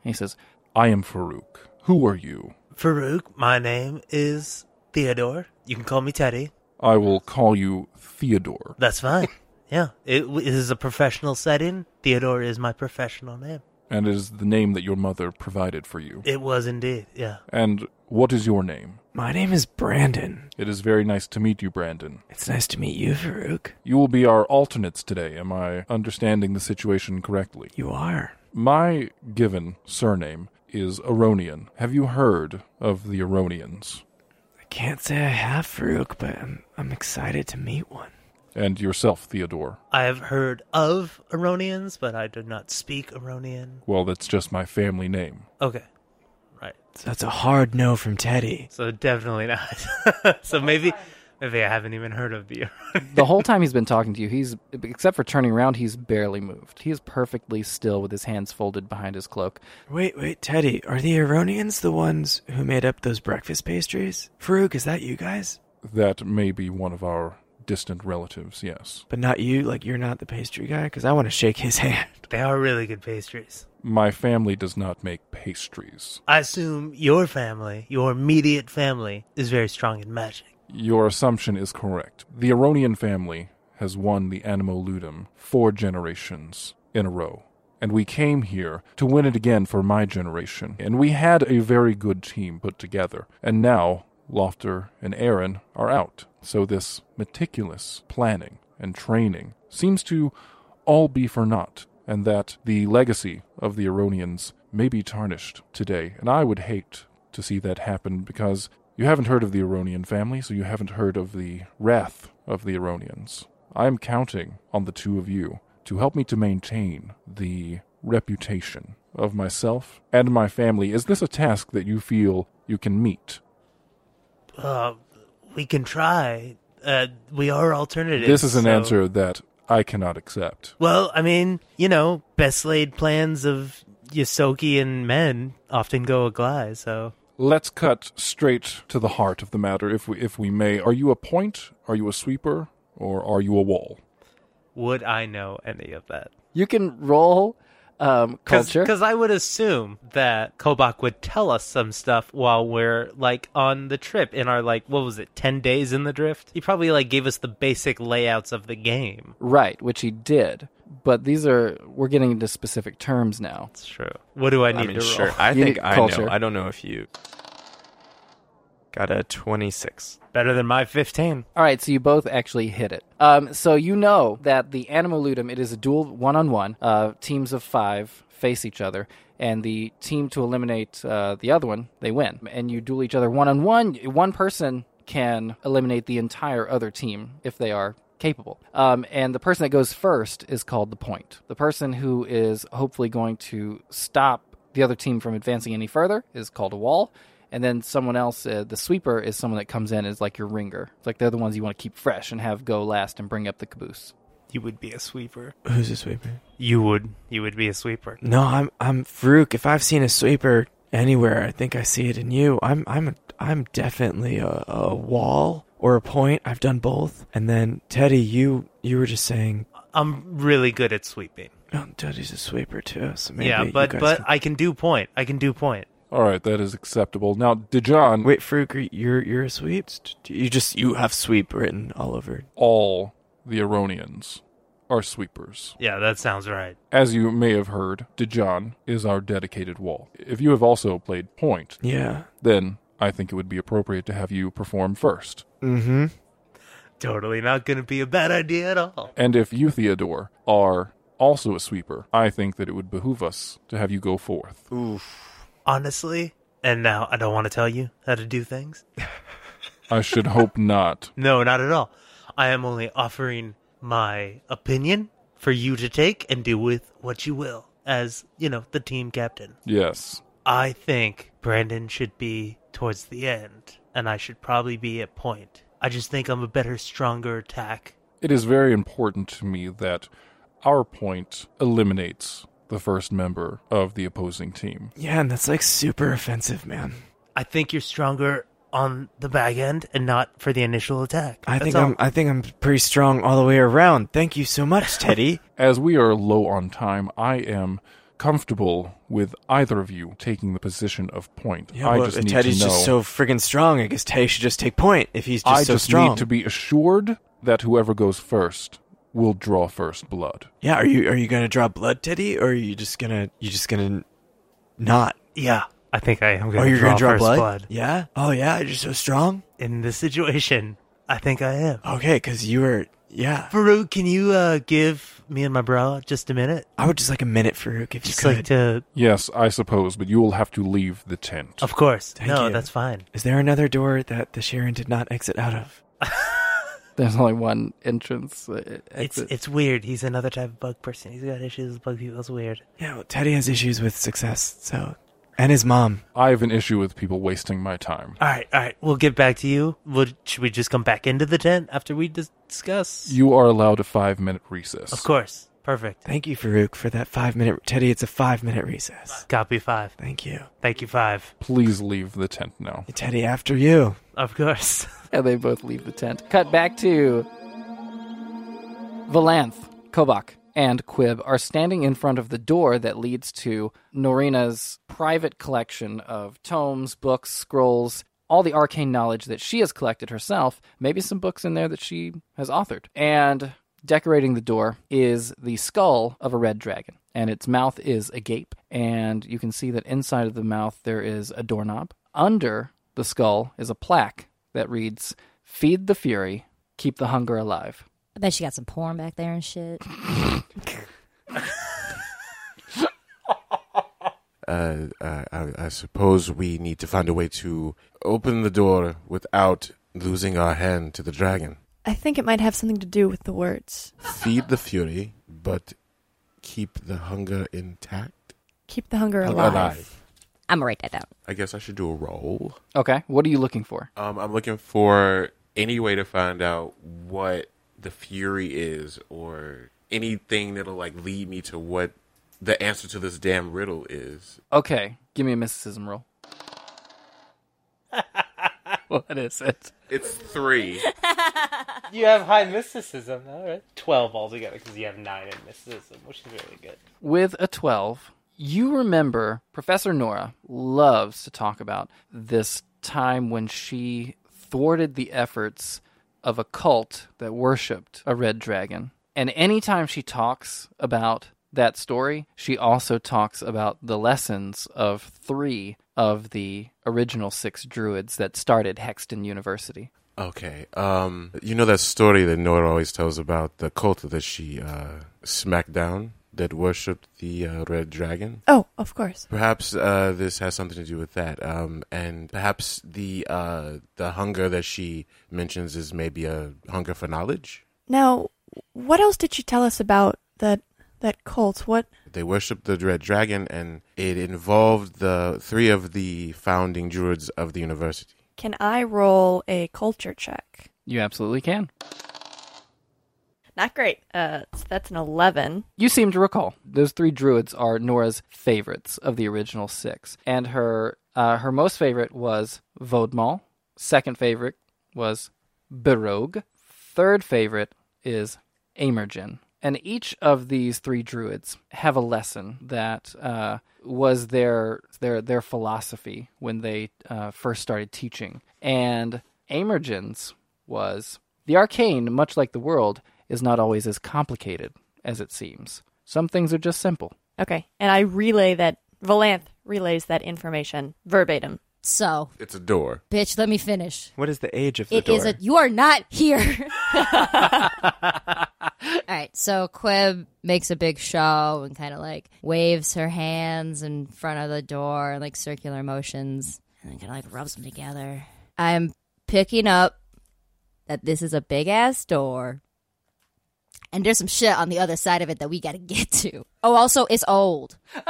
Speaker 1: And he says,
Speaker 12: I am Farouk. Who are you?
Speaker 5: Farouk, my name is Theodore. You can call me Teddy.
Speaker 12: I will call you Theodore.
Speaker 5: That's <laughs> fine. yeah, it, it is a professional setting. Theodore is my professional name.
Speaker 12: And it is the name that your mother provided for you.
Speaker 5: It was indeed. Yeah.
Speaker 12: And what is your name?
Speaker 9: My name is Brandon.
Speaker 12: It is very nice to meet you, Brandon.
Speaker 9: It's nice to meet you, Farouk.
Speaker 12: You will be our alternates today. Am I understanding the situation correctly?
Speaker 9: You are.
Speaker 12: My given surname is Aronian. Have you heard of the Aronians?
Speaker 9: I can't say I have Farouk, but I'm, I'm excited to meet one.
Speaker 12: And yourself, Theodore.
Speaker 5: I have heard of Aronians, but I did not speak Aronian.
Speaker 12: Well, that's just my family name.
Speaker 5: Okay. Right.
Speaker 9: So that's a hard no from Teddy.
Speaker 5: So definitely not. <laughs> so maybe They haven't even heard of the.
Speaker 1: the whole time he's been talking to you, he's except for turning around, he's barely moved. He is perfectly still with his hands folded behind his cloak.
Speaker 3: Wait, wait, Teddy, are the Aronians the ones who made up those breakfast pastries? Farouk, is that you guys?
Speaker 12: That may be one of our distant relatives, yes.
Speaker 3: But not you, like you're not the pastry guy, because I want to shake his <laughs> hand.
Speaker 5: They are really good pastries.
Speaker 12: My family does not make pastries.
Speaker 5: I assume your family, your immediate family, is very strong in magic.
Speaker 12: Your assumption is correct. The Aronian family has won the Animal Ludum four generations in a row. And we came here to win it again for my generation. And we had a very good team put together. And now Lofter and Aaron are out. So this meticulous planning and training seems to all be for naught, and that the legacy of the Aronians may be tarnished today. And I would hate to see that happen because you haven't heard of the Aronian family, so you haven't heard of the wrath of the Aronians. I am counting on the two of you to help me to maintain the reputation of myself and my family. Is this a task that you feel you can meet?
Speaker 5: Uh, we can try. Uh, we are alternative.
Speaker 12: This is an answer that I cannot accept.
Speaker 5: Well, I mean, you know, best laid plans of Yosoki and men often go awry, so.
Speaker 12: Let's cut straight to the heart of the matter, if we if we may. Are you a point? Are you a sweeper? Or are you a wall?
Speaker 5: Would I know any of that?
Speaker 1: You can roll um, culture.
Speaker 5: Because I would assume that Kobach would tell us some stuff while we're like on the trip in our like what was it ten days in the drift. He probably like gave us the basic layouts of the game.
Speaker 1: Right, which he did. But these are we're getting into specific terms now.
Speaker 5: That's true. What do I need
Speaker 7: I mean,
Speaker 5: to roll?
Speaker 7: sure. I
Speaker 1: You
Speaker 7: think
Speaker 1: need
Speaker 7: I
Speaker 1: culture.
Speaker 7: know. I don't know if you got a 26.
Speaker 5: Better than my fifteen.
Speaker 1: All right, so you both actually hit it. Um, so you know that the Animaludum, it is a duel one on one. Uh, Teams of five face each other, and the team to eliminate uh, the other one, they win. And you duel each other one on one. One person can eliminate the entire other team if they are capable. Um, and the person that goes first is called the point. The person who is hopefully going to stop the other team from advancing any further is called a wall. And then someone else, uh, the sweeper, is someone that comes in as like your ringer. It's like they're the ones you want to keep fresh and have go last and bring up the caboose.
Speaker 5: You would be a sweeper.
Speaker 3: Who's a sweeper?
Speaker 5: You would. You would be a sweeper.
Speaker 3: No, I'm I'm Farouk. If I've seen a sweeper anywhere, I think I see it in you. I'm I'm I'm definitely a, a wall or a point. I've done both. And then Teddy, you you were just saying,
Speaker 5: I'm really good at sweeping.
Speaker 3: oh, Teddy's a sweeper too. So maybe
Speaker 5: yeah,
Speaker 3: you
Speaker 5: but
Speaker 3: guys
Speaker 5: but
Speaker 3: can-
Speaker 5: I can do point. I can do point.
Speaker 12: All right, that is acceptable. Now, Dijon,
Speaker 3: wait, Farouk, are- you're you're a sweep. You just you have sweep written all over.
Speaker 12: all the Aronians are sweepers.
Speaker 5: Yeah, that sounds right.
Speaker 12: As you may have heard, Dijon is our dedicated wall. If you have also played point,
Speaker 3: Yeah.
Speaker 12: then I think it would be appropriate to have you perform first.
Speaker 3: Mm-hmm.
Speaker 5: Totally not going to be a bad idea at all.
Speaker 12: And if you, Theodore, are also a sweeper, I think that it would behoove us to have you go forth.
Speaker 5: Honestly, and now I don't want to tell you how to do things.
Speaker 12: I should hope not.
Speaker 5: No, not at all. I am only offering my opinion for you to take and do with what you will as, you know, the team captain.
Speaker 12: Yes.
Speaker 5: I think Brandon should be towards the end, and I should probably be at point. I just think I'm a better, stronger attack.
Speaker 12: It is very important to me that our point eliminates the first member of the opposing team.
Speaker 3: Yeah, and that's like super offensive, man.
Speaker 5: I think you're stronger on the back end and not for the initial attack.
Speaker 3: I
Speaker 5: That's
Speaker 3: think
Speaker 5: all.
Speaker 3: I'm I think I'm pretty strong all the way around. Thank you so
Speaker 12: <laughs>
Speaker 3: much, Teddy.
Speaker 12: As we are low on time, I am comfortable with either of you taking the position of point.
Speaker 3: Yeah,
Speaker 12: I
Speaker 3: well,
Speaker 12: just
Speaker 3: if
Speaker 12: need
Speaker 3: Teddy's
Speaker 12: to know.
Speaker 3: just so friggin' strong. I guess Teddy should just take point if he's just
Speaker 12: I
Speaker 3: so
Speaker 12: just
Speaker 3: strong.
Speaker 12: need to be assured that whoever goes first will draw first blood.
Speaker 3: Yeah, are you are you gonna draw blood, Teddy, or are you just gonna you just gonna not?
Speaker 5: Yeah, I think I am going
Speaker 3: Oh,
Speaker 5: to
Speaker 3: you're
Speaker 5: draw,
Speaker 3: gonna draw
Speaker 5: first
Speaker 3: blood?
Speaker 5: blood?
Speaker 3: Yeah. Oh yeah, you're so strong.
Speaker 5: In this situation, I think I am.
Speaker 3: Okay, because you were. Yeah,
Speaker 5: Farouk, can you uh, give me and my bro just a minute?
Speaker 3: I would just like a minute, Farouk, if you
Speaker 5: Just
Speaker 3: could.
Speaker 5: like to,
Speaker 12: Yes, I suppose, but you will have to leave the tent.
Speaker 5: of course.
Speaker 3: Thank
Speaker 5: no,
Speaker 3: you.
Speaker 5: that's fine.
Speaker 3: Is there another door that the Sharon did not exit out
Speaker 5: <laughs>
Speaker 3: of?
Speaker 1: There's only one entrance. Uh,
Speaker 5: It's
Speaker 1: exit.
Speaker 5: it's weird. He's another type of bug person. He's got issues with bug people. It's weird.
Speaker 3: Yeah, well, Teddy has issues with success, so
Speaker 9: And his
Speaker 5: Um,
Speaker 9: mom.
Speaker 12: I have an issue with people wasting my time.
Speaker 5: All right, all right. We'll get back to you. Would should we just come back into the tent after we dis- discuss?
Speaker 12: You are allowed a five minute recess.
Speaker 5: Of course. Perfect.
Speaker 9: Thank you, Farouk, for that five minute. Teddy, it's a five minute recess.
Speaker 5: Copy five.
Speaker 9: Thank you.
Speaker 5: Thank you, five.
Speaker 12: Please leave the tent now.
Speaker 9: Teddy, after you.
Speaker 5: Of course. <laughs>
Speaker 1: And they both leave the tent. Cut back to Valanth, Kobach, and Quib are standing in front of the door that leads to Norina's private collection of tomes, books, scrolls, all the arcane knowledge that she has collected herself, maybe some books in there that she has authored. And decorating the door is the skull of a red dragon, and its mouth is agape. And you can see that inside of the mouth there is a doorknob. Under the skull is a plaque that reads, Feed the fury, keep the hunger alive.
Speaker 2: I bet she got some porn back there and shit.
Speaker 4: Uh, I, I- I suppose we need to find a way to open the door without losing our hand to the dragon.
Speaker 6: I think it might have something to do with the words.
Speaker 4: Feed the fury, but keep the hunger intact.
Speaker 6: Keep the hunger alive.
Speaker 2: I'm gonna write that down.
Speaker 4: I guess I should do a roll.
Speaker 1: Okay, what are you looking for?
Speaker 4: Um, I'm looking for any way to find out what the fury is, or anything that'll like lead me to what the answer to this damn riddle is.
Speaker 1: Okay, give me a mysticism roll. what is it?
Speaker 4: It's three.
Speaker 5: <laughs>
Speaker 8: You have high mysticism, all right? 12 altogether because you have 9 in mysticism, which is really good.
Speaker 1: with a 12, you remember Professor Nora loves to talk about this time when she thwarted the efforts of a cult that worshiped a red dragon. And anytime she talks about that story, she also talks about the lessons of three of the original six druids that started Hexton University.
Speaker 4: Okay. Um, you know that story that Nora always tells about the cult that she uh, smacked down that worshipped the uh, red dragon?
Speaker 6: Oh, of course.
Speaker 4: Perhaps uh, this has something to do with that, um, and perhaps the uh, the hunger that she mentions is maybe a hunger for knowledge.
Speaker 6: Now, what else did she tell us about that that cult? What?
Speaker 4: They worshipped the red dragon, and it involved the three of the founding druids of the university.
Speaker 6: Can I roll a culture check?
Speaker 1: You absolutely can.
Speaker 6: Not great. Uh, so that's an eleven.
Speaker 1: You seem to recall those three druids are Nora's favorites of the original six, and her uh, her most favorite was Vodmal. Second favorite was Berogue. Third favorite is Amergen. And each of these three druids have a lesson that uh, was their their their philosophy when they uh, first started teaching. And Amergen's was the arcane, much like the world, is not always as complicated as it seems. Some things are just simple.
Speaker 6: Okay, and I relay that. Valanth relays that information verbatim.
Speaker 2: So,
Speaker 4: It's a door.
Speaker 2: bitch, let me finish.
Speaker 3: What is the age of the
Speaker 2: It
Speaker 3: door?
Speaker 2: is a. You are not
Speaker 3: <laughs>
Speaker 2: here. <laughs> All right. So Quib makes a big show and kind of like waves her hands in front of the door, like circular motions, and kind of like rubs them together. I'm picking up that this is a big ass door. And there's some shit on the other side of it that we got to get to. Oh, also, it's old.
Speaker 4: <laughs>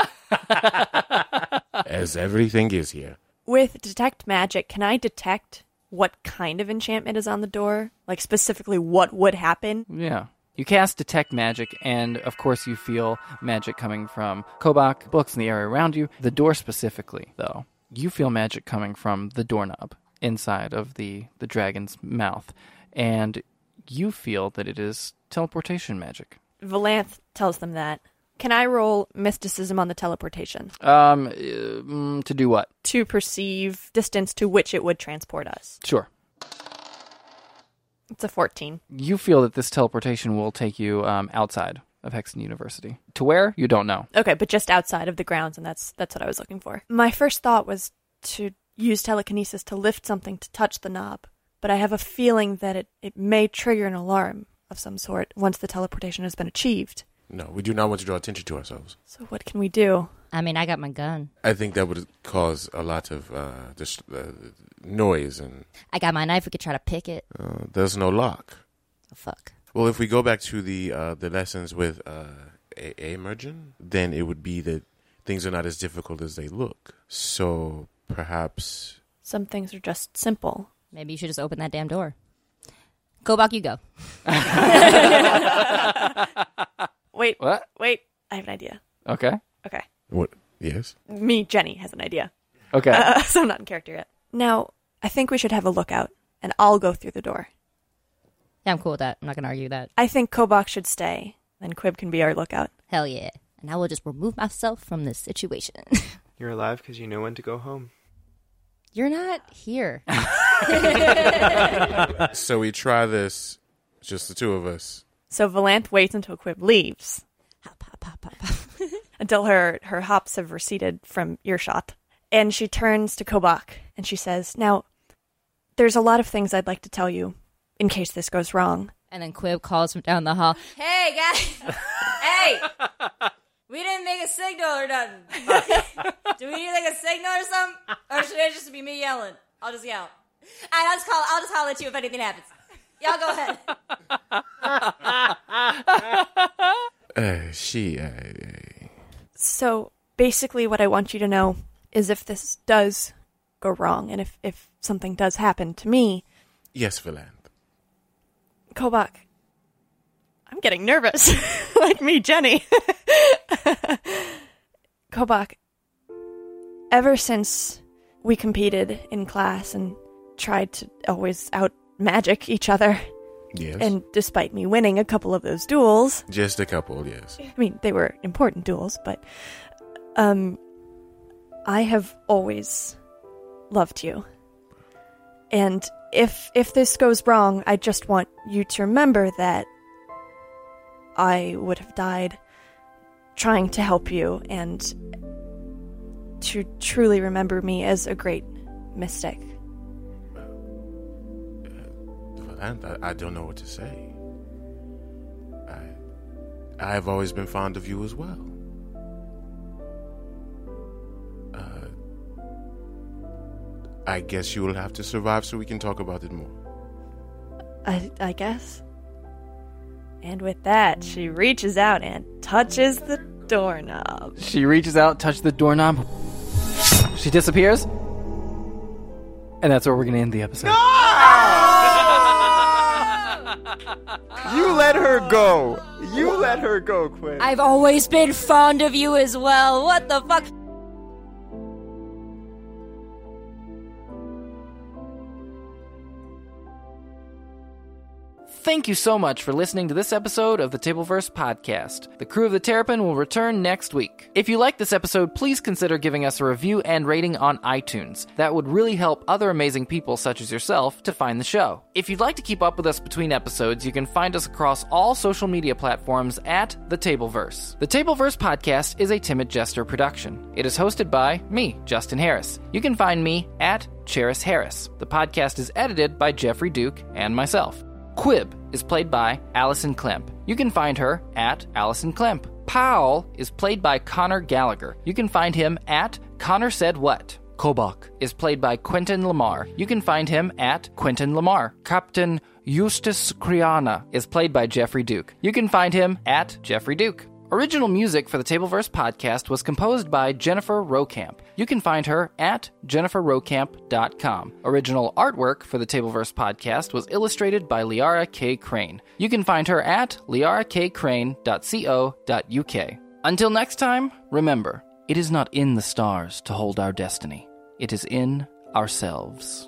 Speaker 4: As everything is here.
Speaker 6: With detect magic, can I detect what kind of enchantment is on the door? Like specifically, what would happen?
Speaker 1: Yeah. You cast Detect Magic, and of course, you feel magic coming from Kobach, books in the area around you. The door specifically, though, you feel magic coming from the doorknob inside of the, the dragon's mouth. And you feel that it is teleportation magic.
Speaker 6: Valanth tells them that. Can I roll mysticism on the teleportation
Speaker 1: Um, uh, mm, to do what?
Speaker 6: to perceive distance to which it would transport us?
Speaker 1: Sure.
Speaker 6: It's a 14.
Speaker 1: You feel that this teleportation will take you um, outside of Hexen University. To where? You don't know.
Speaker 6: Okay, but just outside of the grounds and that's that's what I was looking for. My first thought was to use telekinesis to lift something to touch the knob, but I have a feeling that it, it may trigger an alarm of some sort once the teleportation has been achieved.
Speaker 4: No, we do not want to draw attention to ourselves.
Speaker 6: So what can we do?
Speaker 2: I mean, I got my gun.
Speaker 4: I think that would cause a lot of uh, dis- uh, noise, and
Speaker 2: I got my knife. We could try to pick it.
Speaker 4: uh, there's no lock.
Speaker 2: Oh, fuck.
Speaker 4: Well, if we go back to the uh, the lessons with uh, a- Amergen, then it would be that things are not as difficult as they look. So perhaps
Speaker 6: Some things are just simple.
Speaker 2: Maybe you should just open that damn door. Kobach, <laughs> you go.
Speaker 6: <laughs> Wait,
Speaker 1: What?
Speaker 6: wait. I have an idea.
Speaker 1: Okay.
Speaker 6: Okay.
Speaker 4: what? Yes.
Speaker 6: Me, Jenny, has an idea.
Speaker 1: Okay.
Speaker 6: Uh, <laughs> so I'm not in character yet. Now, I think we should have a lookout, and I'll go through the door.
Speaker 2: Yeah, I'm cool with that. I'm not going to argue that.
Speaker 6: I think Kobach should stay, then Quib can be our lookout.
Speaker 2: Hell yeah. And I will just remove myself from this situation.
Speaker 7: You're alive because you know when to go home.
Speaker 2: You're not <laughs> here.
Speaker 4: So we try this, just the two of us.
Speaker 6: So Valanth waits until Quib leaves,
Speaker 2: Hop, hop, hop, hop, hop.
Speaker 6: <laughs> until her, her hops have receded from earshot. And she turns to Kobach, and she says, Now, there's a lot of things I'd like to tell you, in case this goes wrong.
Speaker 2: And then Quib calls from down the hall. Hey <laughs> guys, hey, we didn't make a signal or <laughs> nothing. Do we need like a signal or something, or should it just be me yelling? I'll just yell. And I'll just call. I'll just holler at you if anything happens. Y'all go ahead.
Speaker 4: Uh, she. Uh, uh,
Speaker 6: So basically, what I want you to know is if this does go wrong, and if, if something does happen to me,
Speaker 4: yes, Valanth.
Speaker 6: Kobach, I'm getting nervous, <laughs> like me, Jenny. Kobach, ever since we competed in class and tried to always out magic each other,
Speaker 4: Yes.
Speaker 6: and despite me winning a couple of those duels,
Speaker 4: just a couple. Yes.
Speaker 6: I mean, they were important duels, but um I have always loved you. And if if this goes wrong, I just want you to remember that I would have died trying to help you and to truly remember me as a great mystic.
Speaker 4: Valanth, I, I don't know what to say. I, I have always been fond of you as well. Uh, I guess you will have to survive so we can talk about it more.
Speaker 6: I I guess. And with that, she reaches out and touches the doorknob.
Speaker 1: She reaches out, touches the doorknob. She disappears. And that's where we're going to end the episode.
Speaker 7: You let her go. You let her go, Quinn.
Speaker 2: I've always been fond of you as well. What the fuck?
Speaker 1: Thank you so much for listening to this episode of the Tableverse Podcast. The crew of the Terrapin will return next week. If you like this episode, please consider giving us a review and rating on iTunes. That would really help other amazing people, such as yourself, to find the show. If you'd like to keep up with us between episodes, you can find us across all social media platforms at The Tableverse. The Tableverse Podcast is a Timid Jester production. It is hosted by me, Justin Harris. You can find me at Cheris Harris. The podcast is edited by Jeffrey Duke and myself. Quib is played by Allison Klemp. You can find her at Allison Klemp. Powell is played by Connor Gallagher. You can find him at Connor Said What. Kobach is played by Quentin Lamar. You can find him at Quentin Lamar. Captain Eustace Criana is played by Jeffrey Duke. You can find him at Jeffrey Duke. Original music for the Tableverse podcast was composed by Jennifer Rocamp. You can find her at jenniferrocamp.com. Original artwork for the Tableverse podcast was illustrated by Liara K. Crane. You can find her at liarakcrane.co.uk. Until next time, remember, it is not in the stars to hold our destiny. It is in ourselves.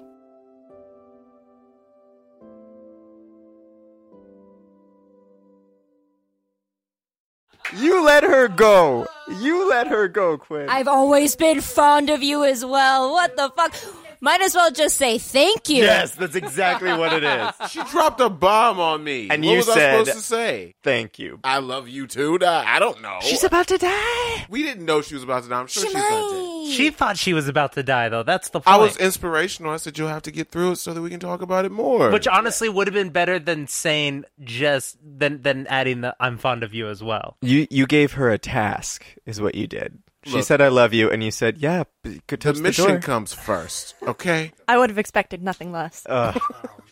Speaker 7: You let her go. You let her go, Quinn.
Speaker 2: I've always been fond of you as well. What the fuck? Might as well just say thank you.
Speaker 7: yes, that's exactly <laughs> what it is.
Speaker 4: She dropped a bomb on me.
Speaker 7: And
Speaker 4: what
Speaker 7: you
Speaker 4: was I
Speaker 7: said-
Speaker 4: supposed to say?
Speaker 7: Thank you.
Speaker 4: I love you too. Nah, I don't know.
Speaker 9: She's about to die.
Speaker 4: we didn't know she was about to die. I'm sure she's not dead.
Speaker 5: She thought she was about to die, though. That's the point.
Speaker 4: I was inspirational. I said you'll have to get through it so that we can talk about it more.
Speaker 5: Which honestly would have been better than saying just than than adding the "I'm fond of you" as well.
Speaker 7: You you gave her a task, is what you did. She
Speaker 4: Look.
Speaker 7: said, "I love you," and you said, "Yeah, b- could
Speaker 4: the
Speaker 7: touch the, door."
Speaker 4: mission comes first, okay?
Speaker 7: <laughs>
Speaker 4: Oh,
Speaker 6: I would have expected nothing less.
Speaker 7: Uh,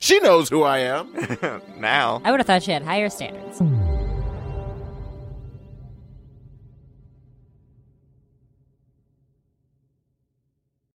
Speaker 4: she knows who I am.
Speaker 7: now. <laughs>
Speaker 2: I would have thought she had higher standards.